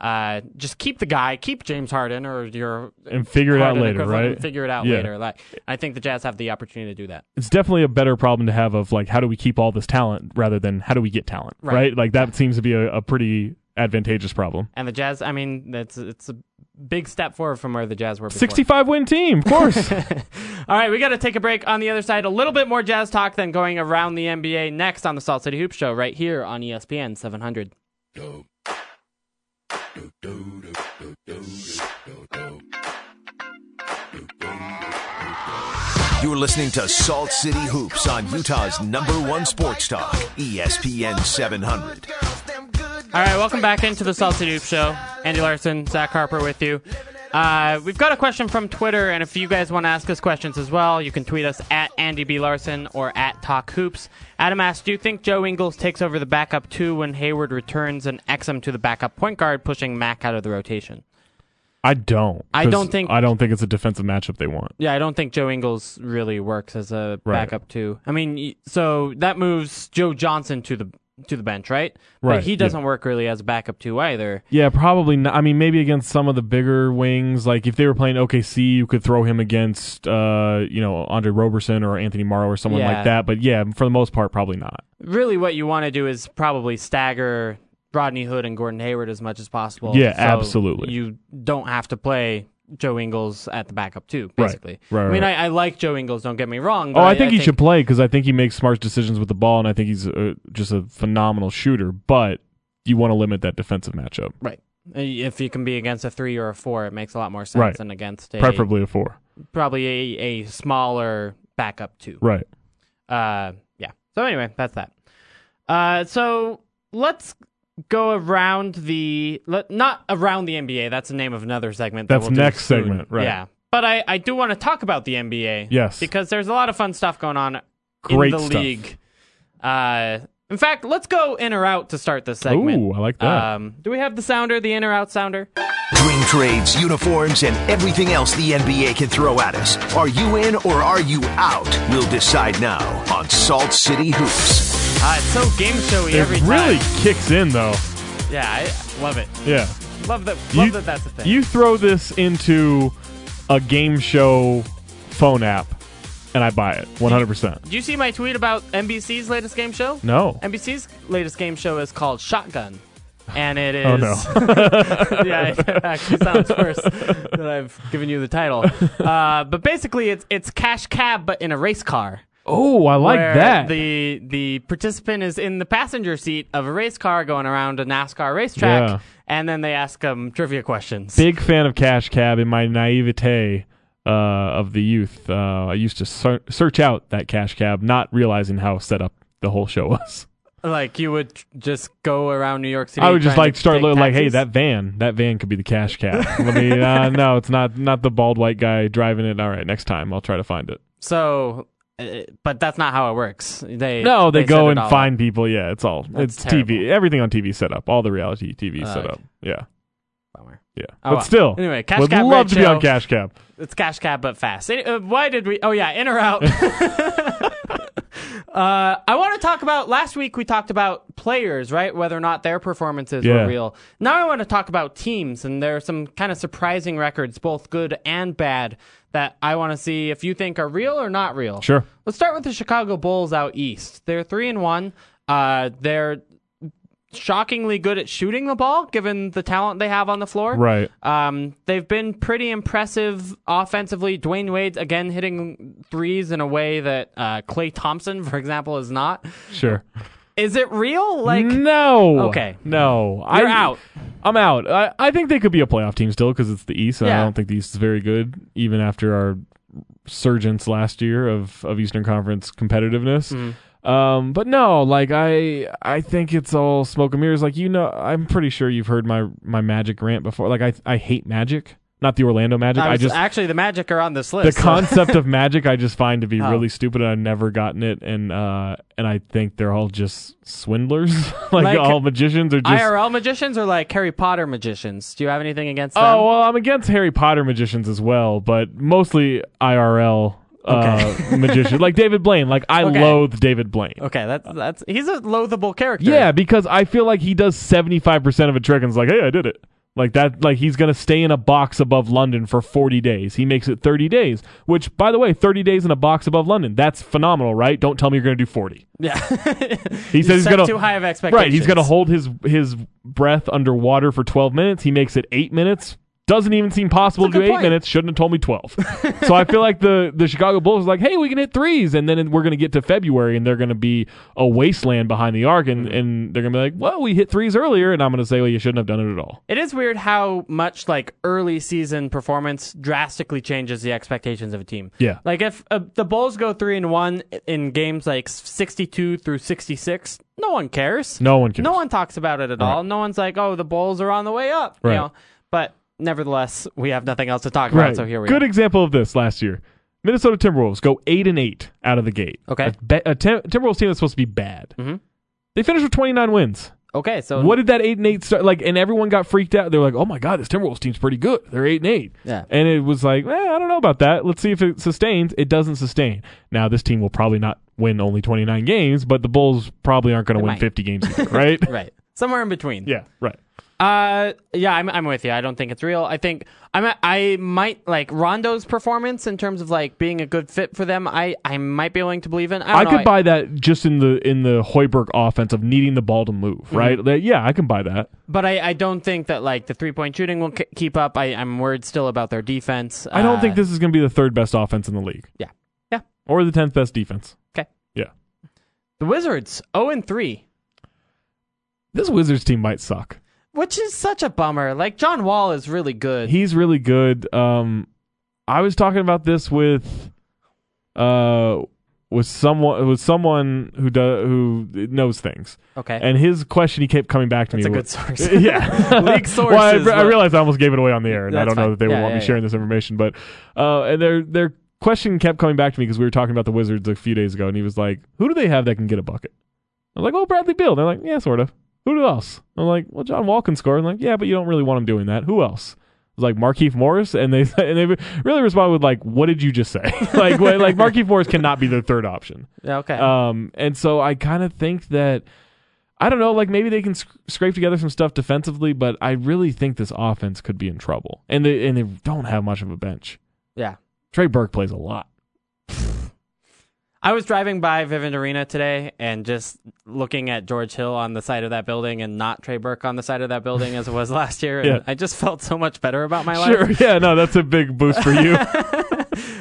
[SPEAKER 2] Uh, just keep the guy, keep James Harden or your
[SPEAKER 3] And figure it out
[SPEAKER 2] Harden
[SPEAKER 3] later,
[SPEAKER 2] equivalent and
[SPEAKER 3] right?
[SPEAKER 2] Figure it out
[SPEAKER 3] Yeah.
[SPEAKER 2] later. Like I think the Jazz have the opportunity to do that.
[SPEAKER 3] It's definitely a better problem to have of like how do we keep all this talent rather than how do we get talent, right?
[SPEAKER 2] Right.
[SPEAKER 3] Like that seems to be a, a pretty advantageous problem.
[SPEAKER 2] And the Jazz, I mean, that's it's a big step forward from where the Jazz were. Before.
[SPEAKER 3] 65 win team, of course.
[SPEAKER 2] All right, we got to take a break. On the other side, a little bit more Jazz talk than going around the NBA next on the Salt City Hoop Show right here on E ESPN 700.
[SPEAKER 1] You're listening to Salt City Hoops on Utah's number one sports talk, E ESPN 700.
[SPEAKER 2] All right, welcome back into the Salt City Hoop Show. Andy Larson, Zach Harper with you. Uh, we've got a question from Twitter, and if you guys want to ask us questions as well, you can tweet us at Andy B. Larson or at Talk Hoops. Adam asks, do you think Joe Ingles takes over the backup two when Hayward returns and Exum to the backup point guard, pushing Mac out of the rotation?
[SPEAKER 3] I don't.
[SPEAKER 2] I
[SPEAKER 3] 'cause
[SPEAKER 2] don't think-
[SPEAKER 3] I don't think it's a defensive matchup they want.
[SPEAKER 2] Yeah, I don't think Joe Ingles really works as a
[SPEAKER 3] Right.
[SPEAKER 2] backup two. I mean, y- so that moves Joe Johnson to the to the bench, right?
[SPEAKER 3] Right,
[SPEAKER 2] But he
[SPEAKER 3] yeah.
[SPEAKER 2] doesn't work really as a backup two either.
[SPEAKER 3] Yeah, probably not. I mean, maybe against some of the bigger wings. Like if they were playing OKC, you could throw him against, uh, you know, Andre Roberson or Anthony Morrow or someone
[SPEAKER 2] Yeah.
[SPEAKER 3] like that. But yeah, for the most part, probably not. Oh,
[SPEAKER 2] really what you want to do is probably stagger Rodney Hood and Gordon Hayward as much as possible.
[SPEAKER 3] Yeah, absolutely.
[SPEAKER 2] You don't have to play Joe Ingles at the backup too, basically.
[SPEAKER 3] Right,
[SPEAKER 2] I mean,
[SPEAKER 3] right.
[SPEAKER 2] I, I like Joe Ingles. Don't get me wrong. But
[SPEAKER 3] Oh, I, think he should play because I think he makes smart decisions with the ball, and I think he's uh just a phenomenal shooter. But you want to limit that defensive matchup.
[SPEAKER 2] Right. If you can be against a three or a four, it makes a lot more sense
[SPEAKER 3] Right.
[SPEAKER 2] than against a
[SPEAKER 3] preferably a four.
[SPEAKER 2] probably a, a smaller backup two.
[SPEAKER 3] Right.
[SPEAKER 2] Uh, yeah. So anyway, that's that. Uh, so let's go around the let, not around the NBA. That's the name of another segment. that
[SPEAKER 3] That's
[SPEAKER 2] we'll do
[SPEAKER 3] next
[SPEAKER 2] soon.
[SPEAKER 3] segment, right.
[SPEAKER 2] Yeah. But I, I do want to talk about the NBA.
[SPEAKER 3] Yes.
[SPEAKER 2] Because there's a lot of fun stuff going on
[SPEAKER 3] Great
[SPEAKER 2] in the
[SPEAKER 3] stuff.
[SPEAKER 2] league. Uh, in fact, let's go in or out to start this segment.
[SPEAKER 3] Ooh, I like that.
[SPEAKER 2] Um, do we have the sounder, the in or out sounder?
[SPEAKER 1] Dream trades, uniforms, and everything else the NBA can throw at us. Are you in or are you out? We'll decide now on Salt City Hoops.
[SPEAKER 2] Uh, it's so game showy
[SPEAKER 3] It
[SPEAKER 2] every
[SPEAKER 3] really
[SPEAKER 2] time.
[SPEAKER 3] kicks in though.
[SPEAKER 2] Yeah, I love it.
[SPEAKER 3] Yeah.
[SPEAKER 2] Love that. Love that. That's a thing.
[SPEAKER 3] You throw this into a game show phone app, and I buy it 100. percent
[SPEAKER 2] Did you see my tweet about NBC's latest game show?
[SPEAKER 3] No.
[SPEAKER 2] NBC's latest game show is called Shotgun. And it is.
[SPEAKER 3] Oh, no.
[SPEAKER 2] yeah, it actually sounds worse that I've given you the title. Uh, but basically, it's it's cash cab, but in a race car.
[SPEAKER 3] Oh, I like
[SPEAKER 2] where
[SPEAKER 3] that.
[SPEAKER 2] The the participant is in the passenger seat of a race car going around a NASCAR racetrack,
[SPEAKER 3] Yeah.
[SPEAKER 2] and then they ask them trivia questions.
[SPEAKER 3] Big fan of Cash Cab in my naivete uh, of the youth. Uh, I used to ser- search out that Cash Cab, not realizing how set up the whole show was.
[SPEAKER 2] like you would tr- just go around New York City.
[SPEAKER 3] I would just
[SPEAKER 2] trying
[SPEAKER 3] like
[SPEAKER 2] to
[SPEAKER 3] start
[SPEAKER 2] take
[SPEAKER 3] looking like, hey,
[SPEAKER 2] taxis.
[SPEAKER 3] that van, that van could be the Cash Cab. Let me. Uh, no, it's not. Not the bald white guy driving it. All right, next time I'll try to find it.
[SPEAKER 2] So, uh, but that's not how it works. They
[SPEAKER 3] No, they,
[SPEAKER 2] set
[SPEAKER 3] go
[SPEAKER 2] it
[SPEAKER 3] and
[SPEAKER 2] all
[SPEAKER 3] find people. Yeah, it's all
[SPEAKER 2] That's
[SPEAKER 3] it's TV.
[SPEAKER 2] terrible.
[SPEAKER 3] Everything on TV set up. All the reality TV
[SPEAKER 2] Oh,
[SPEAKER 3] set
[SPEAKER 2] okay.
[SPEAKER 3] up. Yeah,
[SPEAKER 2] up. Bummer.
[SPEAKER 3] yeah.
[SPEAKER 2] Oh,
[SPEAKER 3] but
[SPEAKER 2] well.
[SPEAKER 3] still,
[SPEAKER 2] Anyway, Cash
[SPEAKER 3] would
[SPEAKER 2] Cab
[SPEAKER 3] love
[SPEAKER 2] Red
[SPEAKER 3] to be
[SPEAKER 2] Show.
[SPEAKER 3] on Cash Cab.
[SPEAKER 2] It's cash cab, but fast. Any- uh, why did we? Oh yeah, in or out. Uh, I want to talk about last week. We talked about players, right? Whether or not their performances
[SPEAKER 3] Yeah.
[SPEAKER 2] were real. Now I want to talk about teams, and there are some kind of surprising records, both good and bad, that I want to see if you think are real or not real.
[SPEAKER 3] Sure.
[SPEAKER 2] Let's start with the Chicago Bulls out east. They're three and one. Uh, they're shockingly good at shooting the ball, given the talent they have on the floor.
[SPEAKER 3] Right.
[SPEAKER 2] Um, they've been pretty impressive offensively. Dwayne Wade again hitting threes in a way that uh, Clay Thompson, for example, is not.
[SPEAKER 3] Sure.
[SPEAKER 2] Is it real? Like,
[SPEAKER 3] no.
[SPEAKER 2] Okay.
[SPEAKER 3] No.
[SPEAKER 2] You're
[SPEAKER 3] I,
[SPEAKER 2] out.
[SPEAKER 3] I'm out. I, I think they could be a playoff team still because it's the East, and
[SPEAKER 2] Yeah.
[SPEAKER 3] I don't think the East is very good, even after our surgence last year of, of Eastern Conference competitiveness.
[SPEAKER 2] Mm-hmm.
[SPEAKER 3] Um, but no, like I I think it's all smoke and mirrors. Like you know, I'm pretty sure you've heard my my Magic rant before. Like I I hate Magic, not the Orlando Magic.
[SPEAKER 2] I
[SPEAKER 3] I
[SPEAKER 2] was-
[SPEAKER 3] just
[SPEAKER 2] actually the Magic are on this
[SPEAKER 3] the
[SPEAKER 2] list. so-
[SPEAKER 3] concept of magic I just find to be
[SPEAKER 2] Oh.
[SPEAKER 3] really stupid. and I've never gotten it, and uh, and I think they're all just swindlers, like,
[SPEAKER 2] Like,
[SPEAKER 3] all magicians are just.
[SPEAKER 2] IRL magicians or like Harry Potter magicians? Do you have anything against them?
[SPEAKER 3] oh well, I'm against Harry Potter magicians as well, but mostly IRL uh, magicians, like David Blaine. Like I
[SPEAKER 2] Okay.
[SPEAKER 3] loathe David Blaine.
[SPEAKER 2] okay, that's that's he's a loathable character.
[SPEAKER 3] Yeah, because I feel like he does 75 percent of a trick and is like, hey, I did it. Like that, like he's gonna stay in a box above London for 40 days. He makes it 30 days, which, by the way, 30 days in a box above London, that's phenomenal, right? Don't tell me you're gonna do 40.
[SPEAKER 2] yeah.
[SPEAKER 3] He says he's
[SPEAKER 2] set
[SPEAKER 3] gonna
[SPEAKER 2] too high of expectations.
[SPEAKER 3] right. He's gonna hold his his breath underwater for twelve minutes. He makes it eight minutes. Doesn't even seem possible to
[SPEAKER 2] That's a
[SPEAKER 3] do
[SPEAKER 2] good
[SPEAKER 3] eight
[SPEAKER 2] point.
[SPEAKER 3] minutes. Shouldn't have told me twelve. so I feel like the the Chicago Bulls are like, hey, we can hit threes, and then we're gonna get to February, and they're gonna be a wasteland behind the arc, and and they're gonna be like, well, we hit threes earlier, and I'm gonna say, well, you shouldn't have done it at all.
[SPEAKER 2] It is weird how much like early season performance drastically changes the expectations of a team.
[SPEAKER 3] Yeah.
[SPEAKER 2] Like if uh, the Bulls go 3 and 1 in games like 62 through 66, no one cares.
[SPEAKER 3] No one cares.
[SPEAKER 2] No one talks about it at all. No one's like, "Oh, the Bulls are on the way up."
[SPEAKER 3] Right.
[SPEAKER 2] You know. But nevertheless, we have nothing else to talk about, so here we
[SPEAKER 3] Good
[SPEAKER 2] are.
[SPEAKER 3] example of this last year. Minnesota Timberwolves go eight and eight out of the gate.
[SPEAKER 2] Okay.
[SPEAKER 3] a, ba- a Tim- Timberwolves team that's supposed to be bad.
[SPEAKER 2] Mhm.
[SPEAKER 3] They finished with 29 wins.
[SPEAKER 2] Okay, so
[SPEAKER 3] What did that eight and eight start like? And everyone got freaked out. They're like, "Oh my god, this Timberwolves team's pretty good. They're eight and eight.
[SPEAKER 2] Yeah.
[SPEAKER 3] And it was like, eh, I don't know about that. Let's see if it sustains. It doesn't sustain. Now this team will probably not win only twenty nine games, but the Bulls probably aren't going to
[SPEAKER 2] They
[SPEAKER 3] win
[SPEAKER 2] might.
[SPEAKER 3] fifty games, either, right?
[SPEAKER 2] right. Somewhere in between.
[SPEAKER 3] Yeah, right.
[SPEAKER 2] Uh, yeah, I'm I'm with you. I don't think it's real. I think I'm I might like Rondo's performance in terms of like being a good fit for them. I I might be willing to believe in. I, don't
[SPEAKER 3] I
[SPEAKER 2] know.
[SPEAKER 3] could buy that just in the in the Hoiberg offense of needing the ball to move,
[SPEAKER 2] Mm-hmm.
[SPEAKER 3] right? That- yeah, I can buy that.
[SPEAKER 2] but I I don't think that like the three point shooting will k- keep up. I I'm worried still about their defense.
[SPEAKER 3] I don't
[SPEAKER 2] Uh,
[SPEAKER 3] think this is going to be the third best offense in the league.
[SPEAKER 2] Yeah. Yeah.
[SPEAKER 3] Or the tenth best defense.
[SPEAKER 2] Okay.
[SPEAKER 3] Yeah.
[SPEAKER 2] The Wizards 0 and three.
[SPEAKER 3] This Wizards team might suck.
[SPEAKER 2] which is such a bummer. Like John Wall is really good.
[SPEAKER 3] He's really good. Um, I was talking about this with, uh, with someone with someone who does who knows things,
[SPEAKER 2] okay,
[SPEAKER 3] and his question he kept coming back to
[SPEAKER 2] that's a
[SPEAKER 3] me.
[SPEAKER 2] good
[SPEAKER 3] was-
[SPEAKER 2] source.
[SPEAKER 3] yeah,
[SPEAKER 2] League
[SPEAKER 3] well, I,
[SPEAKER 2] sources,
[SPEAKER 3] re- I
[SPEAKER 2] but-
[SPEAKER 3] realized I almost gave it away on the air, and I
[SPEAKER 2] That's
[SPEAKER 3] don't
[SPEAKER 2] fine.
[SPEAKER 3] know that they would
[SPEAKER 2] Yeah,
[SPEAKER 3] want
[SPEAKER 2] yeah,
[SPEAKER 3] me sharing this information. But uh, and their their question kept coming back to me because we were talking about the Wizards a few days ago, and he was like, "Who do they have that can get a bucket?" I'm like, "Well, Bradley Beal." They're like, "Yeah, sort of." Who else? I'm like, "Well, John Wall can score." I'm like, "Yeah, but you don't really want him doing that. Who else?" I was like Markeith Morris, and they and they really responded with like, "What did you just say?" like, what, like Markeith Morris cannot be their third option.
[SPEAKER 2] Yeah, okay.
[SPEAKER 3] Um, and so I kind of think that I don't know, like maybe they can sc- scrape together some stuff defensively, but I really think this offense could be in trouble, and they and they don't have much of a bench.
[SPEAKER 2] yeah.
[SPEAKER 3] Trey Burke plays a lot.
[SPEAKER 2] I was driving by Vivint Arena today and just looking at George Hill on the side of that building and not Trey Burke on the side of that building as it was last year. And
[SPEAKER 3] Yeah.
[SPEAKER 2] I just felt so much better about my
[SPEAKER 3] Sure,
[SPEAKER 2] life.
[SPEAKER 3] yeah, no, that's a big boost for you.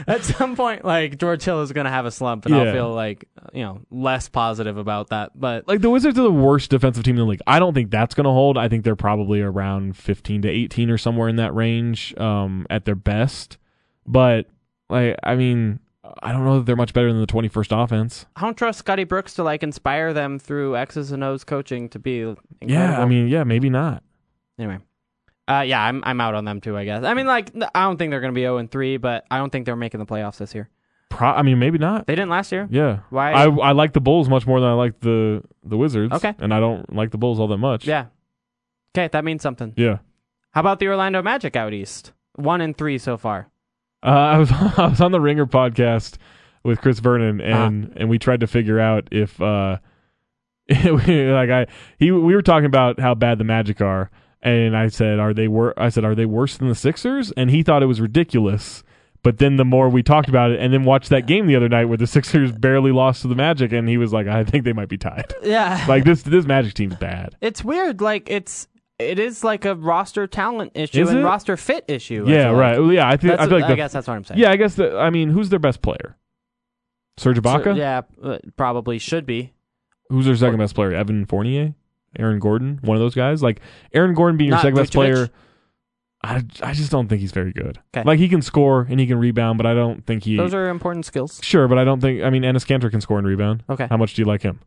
[SPEAKER 2] At some point, like George Hill is going to have a slump, and I'll
[SPEAKER 3] Yeah.
[SPEAKER 2] feel like you know less positive about that. But
[SPEAKER 3] like the Wizards are the worst defensive team in the league. I don't think that's going to hold. I think they're probably around 15 to 18 or somewhere in that range um, at their best. But like, I mean, I don't know that they're much better than the 21st offense.
[SPEAKER 2] I don't trust Scotty Brooks to like inspire them through X's and O's coaching to be. Incredible.
[SPEAKER 3] Yeah, I mean, yeah, maybe not.
[SPEAKER 2] anyway. Uh, yeah, I'm I'm out on them too. I guess. I mean, like, I don't think they're going to be zero and three, but I don't think they're making the playoffs this year.
[SPEAKER 3] Pro- I mean, maybe not.
[SPEAKER 2] They didn't last year.
[SPEAKER 3] Yeah.
[SPEAKER 2] Why-
[SPEAKER 3] I I like the Bulls much more than I like the the Wizards.
[SPEAKER 2] Okay.
[SPEAKER 3] And I don't like the Bulls all that much.
[SPEAKER 2] Yeah. Okay, that means something.
[SPEAKER 3] Yeah.
[SPEAKER 2] How about the Orlando Magic out east? One and three so far.
[SPEAKER 3] Uh, I was I was on the Ringer podcast with Chris Vernon
[SPEAKER 2] Uh-huh.
[SPEAKER 3] and and we tried to figure out if uh we- like I he we were talking about how bad the Magic are and I said are they wor- I said are they worse than the Sixers and he thought it was ridiculous. But then the more we talked about it and then watched that game the other night where the Sixers barely lost to the Magic and he was like I think they might be tied.
[SPEAKER 2] Yeah.
[SPEAKER 3] Like this this Magic team's bad.
[SPEAKER 2] it's weird. Like it's it is like a roster talent issue
[SPEAKER 3] Is
[SPEAKER 2] and
[SPEAKER 3] it?
[SPEAKER 2] roster fit issue. I
[SPEAKER 3] Yeah,
[SPEAKER 2] feel like.
[SPEAKER 3] right. Well, yeah, I think
[SPEAKER 2] That's
[SPEAKER 3] I feel
[SPEAKER 2] what-
[SPEAKER 3] like the,
[SPEAKER 2] guess that's what I'm saying.
[SPEAKER 3] yeah, I guess the I mean, who's their best player? Serge
[SPEAKER 2] So-
[SPEAKER 3] Ibaka.
[SPEAKER 2] yeah, uh, probably should be.
[SPEAKER 3] Who's their second best player? Evan Fournier, Aaron Gordon, one of those guys. Like Aaron Gordon being your
[SPEAKER 2] Not
[SPEAKER 3] second
[SPEAKER 2] Vucevic?
[SPEAKER 3] best player. I, I just don't think he's very good.
[SPEAKER 2] 'Kay.
[SPEAKER 3] Like he can score and he can rebound, but I don't think he
[SPEAKER 2] Those are important skills.
[SPEAKER 3] sure. But I don't think I mean Ennis Cantor can score and rebound.
[SPEAKER 2] Okay.
[SPEAKER 3] How much do you like him?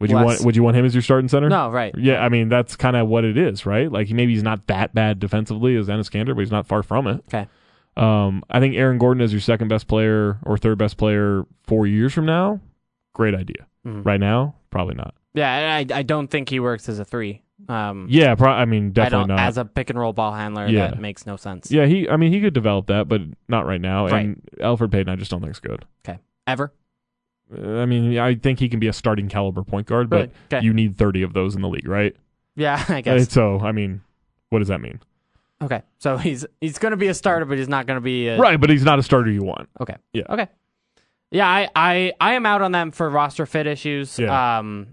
[SPEAKER 3] Would you
[SPEAKER 2] Less.
[SPEAKER 3] want Would you want him as your starting center?
[SPEAKER 2] No, right.
[SPEAKER 3] Yeah, I mean that's kind of what it is, right? Like he maybe he's not that bad defensively as Ennis Cantor, but he's not far from it.
[SPEAKER 2] Okay.
[SPEAKER 3] Um, I think Aaron Gordon is your second best player or third best player four years from now. Great idea.
[SPEAKER 2] Mhm.
[SPEAKER 3] Right now, probably not.
[SPEAKER 2] Yeah, and I I don't think he works as a three. Um,
[SPEAKER 3] Yeah, pro- I mean
[SPEAKER 2] I don't
[SPEAKER 3] definitely not.
[SPEAKER 2] as a pick and roll ball handler.
[SPEAKER 3] Yeah.
[SPEAKER 2] That makes no sense.
[SPEAKER 3] yeah, he. I mean he could develop that, but not right now.
[SPEAKER 2] Right.
[SPEAKER 3] And Alfred Payton, I just don't think is good.
[SPEAKER 2] Okay. Ever.
[SPEAKER 3] Uh, I mean, I think he can be a starting caliber point guard, but
[SPEAKER 2] Really? Okay.
[SPEAKER 3] you need thirty of those in the league, right?
[SPEAKER 2] Yeah, I guess.
[SPEAKER 3] Uh, So, I mean, what does that mean?
[SPEAKER 2] Okay. So he's he's going to be a starter, but he's not going to be a,
[SPEAKER 3] Right, but he's not a starter you want.
[SPEAKER 2] Okay.
[SPEAKER 3] Yeah.
[SPEAKER 2] Okay. Yeah, I, I, I am out on them for roster fit issues.
[SPEAKER 3] Yeah.
[SPEAKER 2] Um,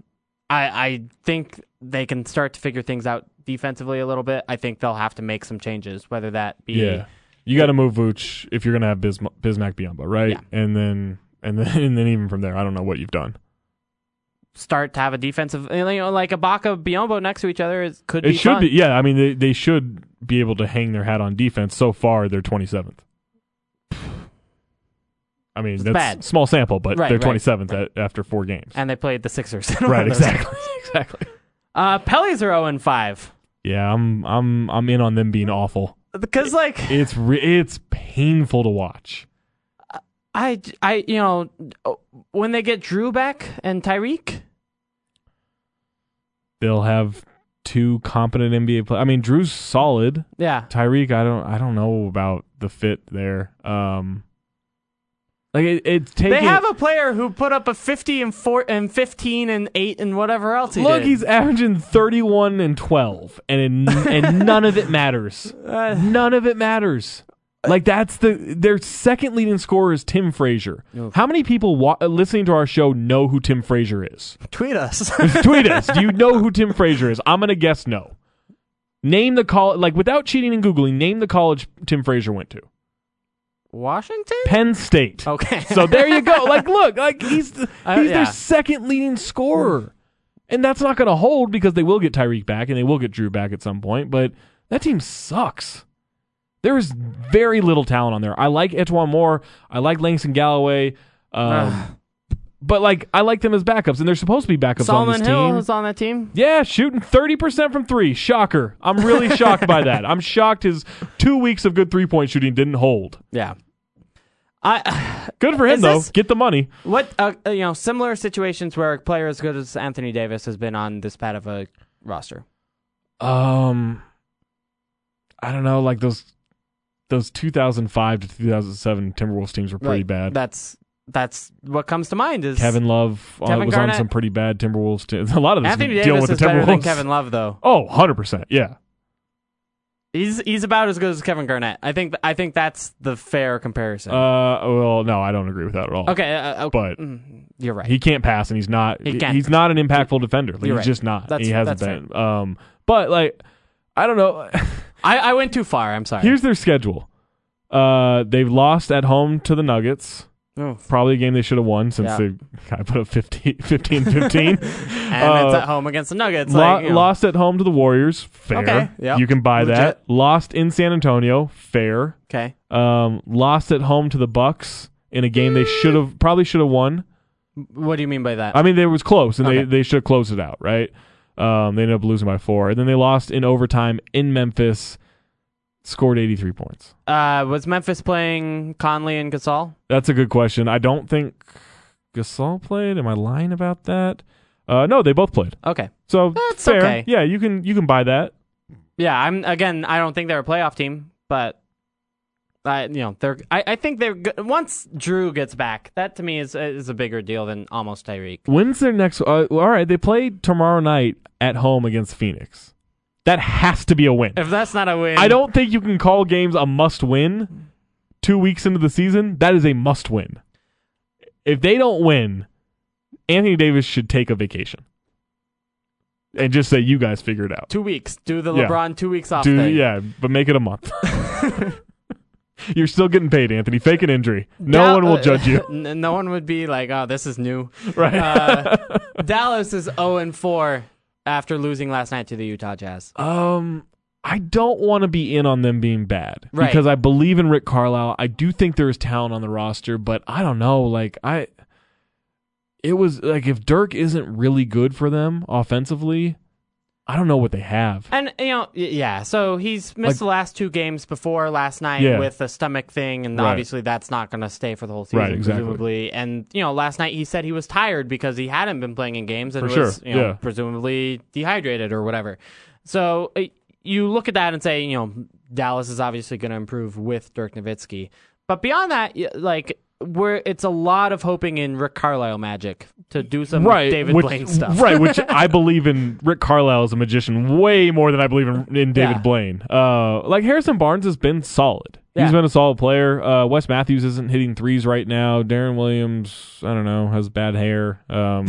[SPEAKER 2] I, I think they can start to figure things out defensively a little bit. I think they'll have to make some changes, whether that be
[SPEAKER 3] Yeah. You got to move Vooch if you're going to have Bism- Bismack Biyombo, right?
[SPEAKER 2] Yeah.
[SPEAKER 3] And then and then and then even from there, I don't know what you've done.
[SPEAKER 2] start to have a defensive, you know, like Ibaka Biombo next to each other is, could
[SPEAKER 3] It
[SPEAKER 2] be
[SPEAKER 3] should
[SPEAKER 2] fun.
[SPEAKER 3] be yeah, I mean they they should be able to hang their hat on defense. So far they're 27th. I mean, that's
[SPEAKER 2] bad.
[SPEAKER 3] small sample, but
[SPEAKER 2] Right,
[SPEAKER 3] they're
[SPEAKER 2] right,
[SPEAKER 3] 27th At, after 4 games.
[SPEAKER 2] and they played the Sixers.
[SPEAKER 3] right, exactly. exactly.
[SPEAKER 2] Uh, Pellies are zero and five
[SPEAKER 3] Yeah, I'm I'm I'm in on them being awful.
[SPEAKER 2] because like
[SPEAKER 3] It's re- it's painful to watch.
[SPEAKER 2] I, I, you know, when they get Drew back and Tyreek,
[SPEAKER 3] They'll have two competent NBA players. I mean, Drew's solid.
[SPEAKER 2] yeah,
[SPEAKER 3] Tyreek, I don't, I don't know about the fit there. Um, like it, it's taking.
[SPEAKER 2] They have a player who put up a 50 and four and 15 and 8 and whatever else he
[SPEAKER 3] look.
[SPEAKER 2] did.
[SPEAKER 3] He's averaging thirty-one and twelve, and it, and none of it matters. None of it matters. Like that's the their second leading scorer is Tim Frazier. How many people wa- uh, listening to our show know who Tim Frazier is?
[SPEAKER 2] tweet us.
[SPEAKER 3] Tweet us. Do you know who Tim Frazier is? I'm gonna guess no. Name the college, like without cheating and googling, name the college Tim Frazier went to.
[SPEAKER 2] Washington?
[SPEAKER 3] Penn State.
[SPEAKER 2] Okay.
[SPEAKER 3] So there you go. Like, look, like he's the,
[SPEAKER 2] Uh,
[SPEAKER 3] he's
[SPEAKER 2] yeah.
[SPEAKER 3] their second leading scorer. And that's not going to hold because they will get Tyreek back and they will get Drew back at some point, but that team sucks. There is very little talent on there. I like Etwan Moore. I like Langston Galloway. Um, but, like, I like them as backups, and they're supposed to be backups on
[SPEAKER 2] Solomon
[SPEAKER 3] this
[SPEAKER 2] Hill
[SPEAKER 3] team.
[SPEAKER 2] is on that team.
[SPEAKER 3] Yeah, shooting 30% from three. Shocker. I'm really shocked by that. I'm shocked his two weeks of good three point shooting didn't hold.
[SPEAKER 2] Yeah. I
[SPEAKER 3] Good for him,
[SPEAKER 2] Is
[SPEAKER 3] though.
[SPEAKER 2] this-
[SPEAKER 3] Get the money.
[SPEAKER 2] what uh, you know similar situations where a player as good as Anthony Davis has been on this pad of a roster.
[SPEAKER 3] Um, I don't know. Like those, those 2005 to 2007 Timberwolves teams were pretty
[SPEAKER 2] Like,
[SPEAKER 3] bad.
[SPEAKER 2] That's that's what comes to mind is
[SPEAKER 3] Kevin Love uh,
[SPEAKER 2] Kevin
[SPEAKER 3] was on
[SPEAKER 2] Garnett-
[SPEAKER 3] some pretty bad Timberwolves teams. A lot of this
[SPEAKER 2] Anthony
[SPEAKER 3] dealing
[SPEAKER 2] Davis
[SPEAKER 3] with
[SPEAKER 2] is
[SPEAKER 3] the Timberwolves.
[SPEAKER 2] better than Kevin Love though.
[SPEAKER 3] Oh, 100 percent. Yeah.
[SPEAKER 2] He's he's about as good as Kevin Garnett. I think I think that's the fair comparison.
[SPEAKER 3] Uh. Well, no, I don't agree with that at all.
[SPEAKER 2] okay, uh, uh,
[SPEAKER 3] But-
[SPEAKER 2] mm, you're right.
[SPEAKER 3] He can't pass, and he's not.
[SPEAKER 2] He
[SPEAKER 3] He
[SPEAKER 2] can't.
[SPEAKER 3] He's not an impactful defender. Like,
[SPEAKER 2] You're
[SPEAKER 3] he's
[SPEAKER 2] right.
[SPEAKER 3] just not.
[SPEAKER 2] That's-
[SPEAKER 3] he hasn't
[SPEAKER 2] that's
[SPEAKER 3] been. Um. But like, I don't know.
[SPEAKER 2] I, I went too far. I'm sorry.
[SPEAKER 3] Here's their schedule. Uh, they've lost at home to the Nuggets.
[SPEAKER 2] Oh.
[SPEAKER 3] Probably a game they should have won since
[SPEAKER 2] Yeah.
[SPEAKER 3] they I put up 15 15 15.
[SPEAKER 2] and it's
[SPEAKER 3] uh,
[SPEAKER 2] at home against the Nuggets.
[SPEAKER 3] Lo-
[SPEAKER 2] like, you know.
[SPEAKER 3] Lost at home to the Warriors. Fair.
[SPEAKER 2] Okay, yeah.
[SPEAKER 3] You can buy
[SPEAKER 2] Legit.
[SPEAKER 3] that. Lost in San Antonio. Fair.
[SPEAKER 2] Okay,
[SPEAKER 3] Um, lost at home to the Bucks in a game they should
[SPEAKER 2] Mm.
[SPEAKER 3] have probably should have won.
[SPEAKER 2] what do you mean by that?
[SPEAKER 3] I mean, they was close and
[SPEAKER 2] Okay.
[SPEAKER 3] they, they should have closed it out, right? Um, they ended up losing by four. And then they lost in overtime in Memphis, scored 83 points.
[SPEAKER 2] Uh, was Memphis playing Conley and Gasol?
[SPEAKER 3] That's a good question. I don't think Gasol played. Am I lying about that? Uh, no, they both played.
[SPEAKER 2] Okay.
[SPEAKER 3] So
[SPEAKER 2] That's
[SPEAKER 3] fair.
[SPEAKER 2] okay.
[SPEAKER 3] Yeah, you can you can buy that.
[SPEAKER 2] Yeah, I'm again. I don't think they're a playoff team, but I, you know, they're. I, I think they're good. once Drew gets back. That to me is is a bigger deal than almost Tyreek.
[SPEAKER 3] When's their next? Uh, all right, they play tomorrow night at home against Phoenix. That has to be a win.
[SPEAKER 2] If that's not a win,
[SPEAKER 3] I don't think you can call games a must win. Two weeks into the season, that is a must win. If they don't win, Anthony Davis should take a vacation and just say, "You guys figure it out."
[SPEAKER 2] Two weeks. Do the
[SPEAKER 3] Yeah.
[SPEAKER 2] LeBron two weeks off
[SPEAKER 3] Do
[SPEAKER 2] thing.
[SPEAKER 3] yeah, but make it a month. You're still getting paid, Anthony. Fake an injury. No
[SPEAKER 2] Dal-
[SPEAKER 3] one will judge you.
[SPEAKER 2] N- no one would be like, "Oh, this is new."
[SPEAKER 3] Right.
[SPEAKER 2] Uh, Dallas is zero and four after losing last night to the Utah Jazz.
[SPEAKER 3] um, I don't want to be in on them being bad
[SPEAKER 2] Right.
[SPEAKER 3] because I believe in Rick Carlisle. I do think there is talent on the roster, but I don't know. Like I, it was like if Dirk isn't really good for them offensively, I don't know what they have.
[SPEAKER 2] And you know, y- yeah. So he's missed
[SPEAKER 3] Like-
[SPEAKER 2] the last two games before last night
[SPEAKER 3] Yeah.
[SPEAKER 2] with a stomach thing, and
[SPEAKER 3] Right.
[SPEAKER 2] obviously that's not going to stay for the whole season,
[SPEAKER 3] Right, exactly.
[SPEAKER 2] presumably. And you know, last night he said he was tired because he hadn't been playing in games and
[SPEAKER 3] For
[SPEAKER 2] was,
[SPEAKER 3] sure,
[SPEAKER 2] you know,
[SPEAKER 3] yeah.
[SPEAKER 2] presumably dehydrated or whatever. So uh, you look at that and say, you know, Dallas is obviously going to improve with Dirk Nowitzki, but beyond that, y- like. Where it's a lot of hoping in Rick Carlisle magic to do some David
[SPEAKER 3] which,
[SPEAKER 2] Blaine stuff.
[SPEAKER 3] right, which I believe in Rick Carlisle as a magician way more than I believe in, in David
[SPEAKER 2] Yeah.
[SPEAKER 3] Blaine. Uh, like Harrison Barnes has been solid.
[SPEAKER 2] Yeah.
[SPEAKER 3] He's been a solid player. Uh, Wes Matthews isn't hitting threes right now. Darren Williams, I don't know, has bad hair. Um,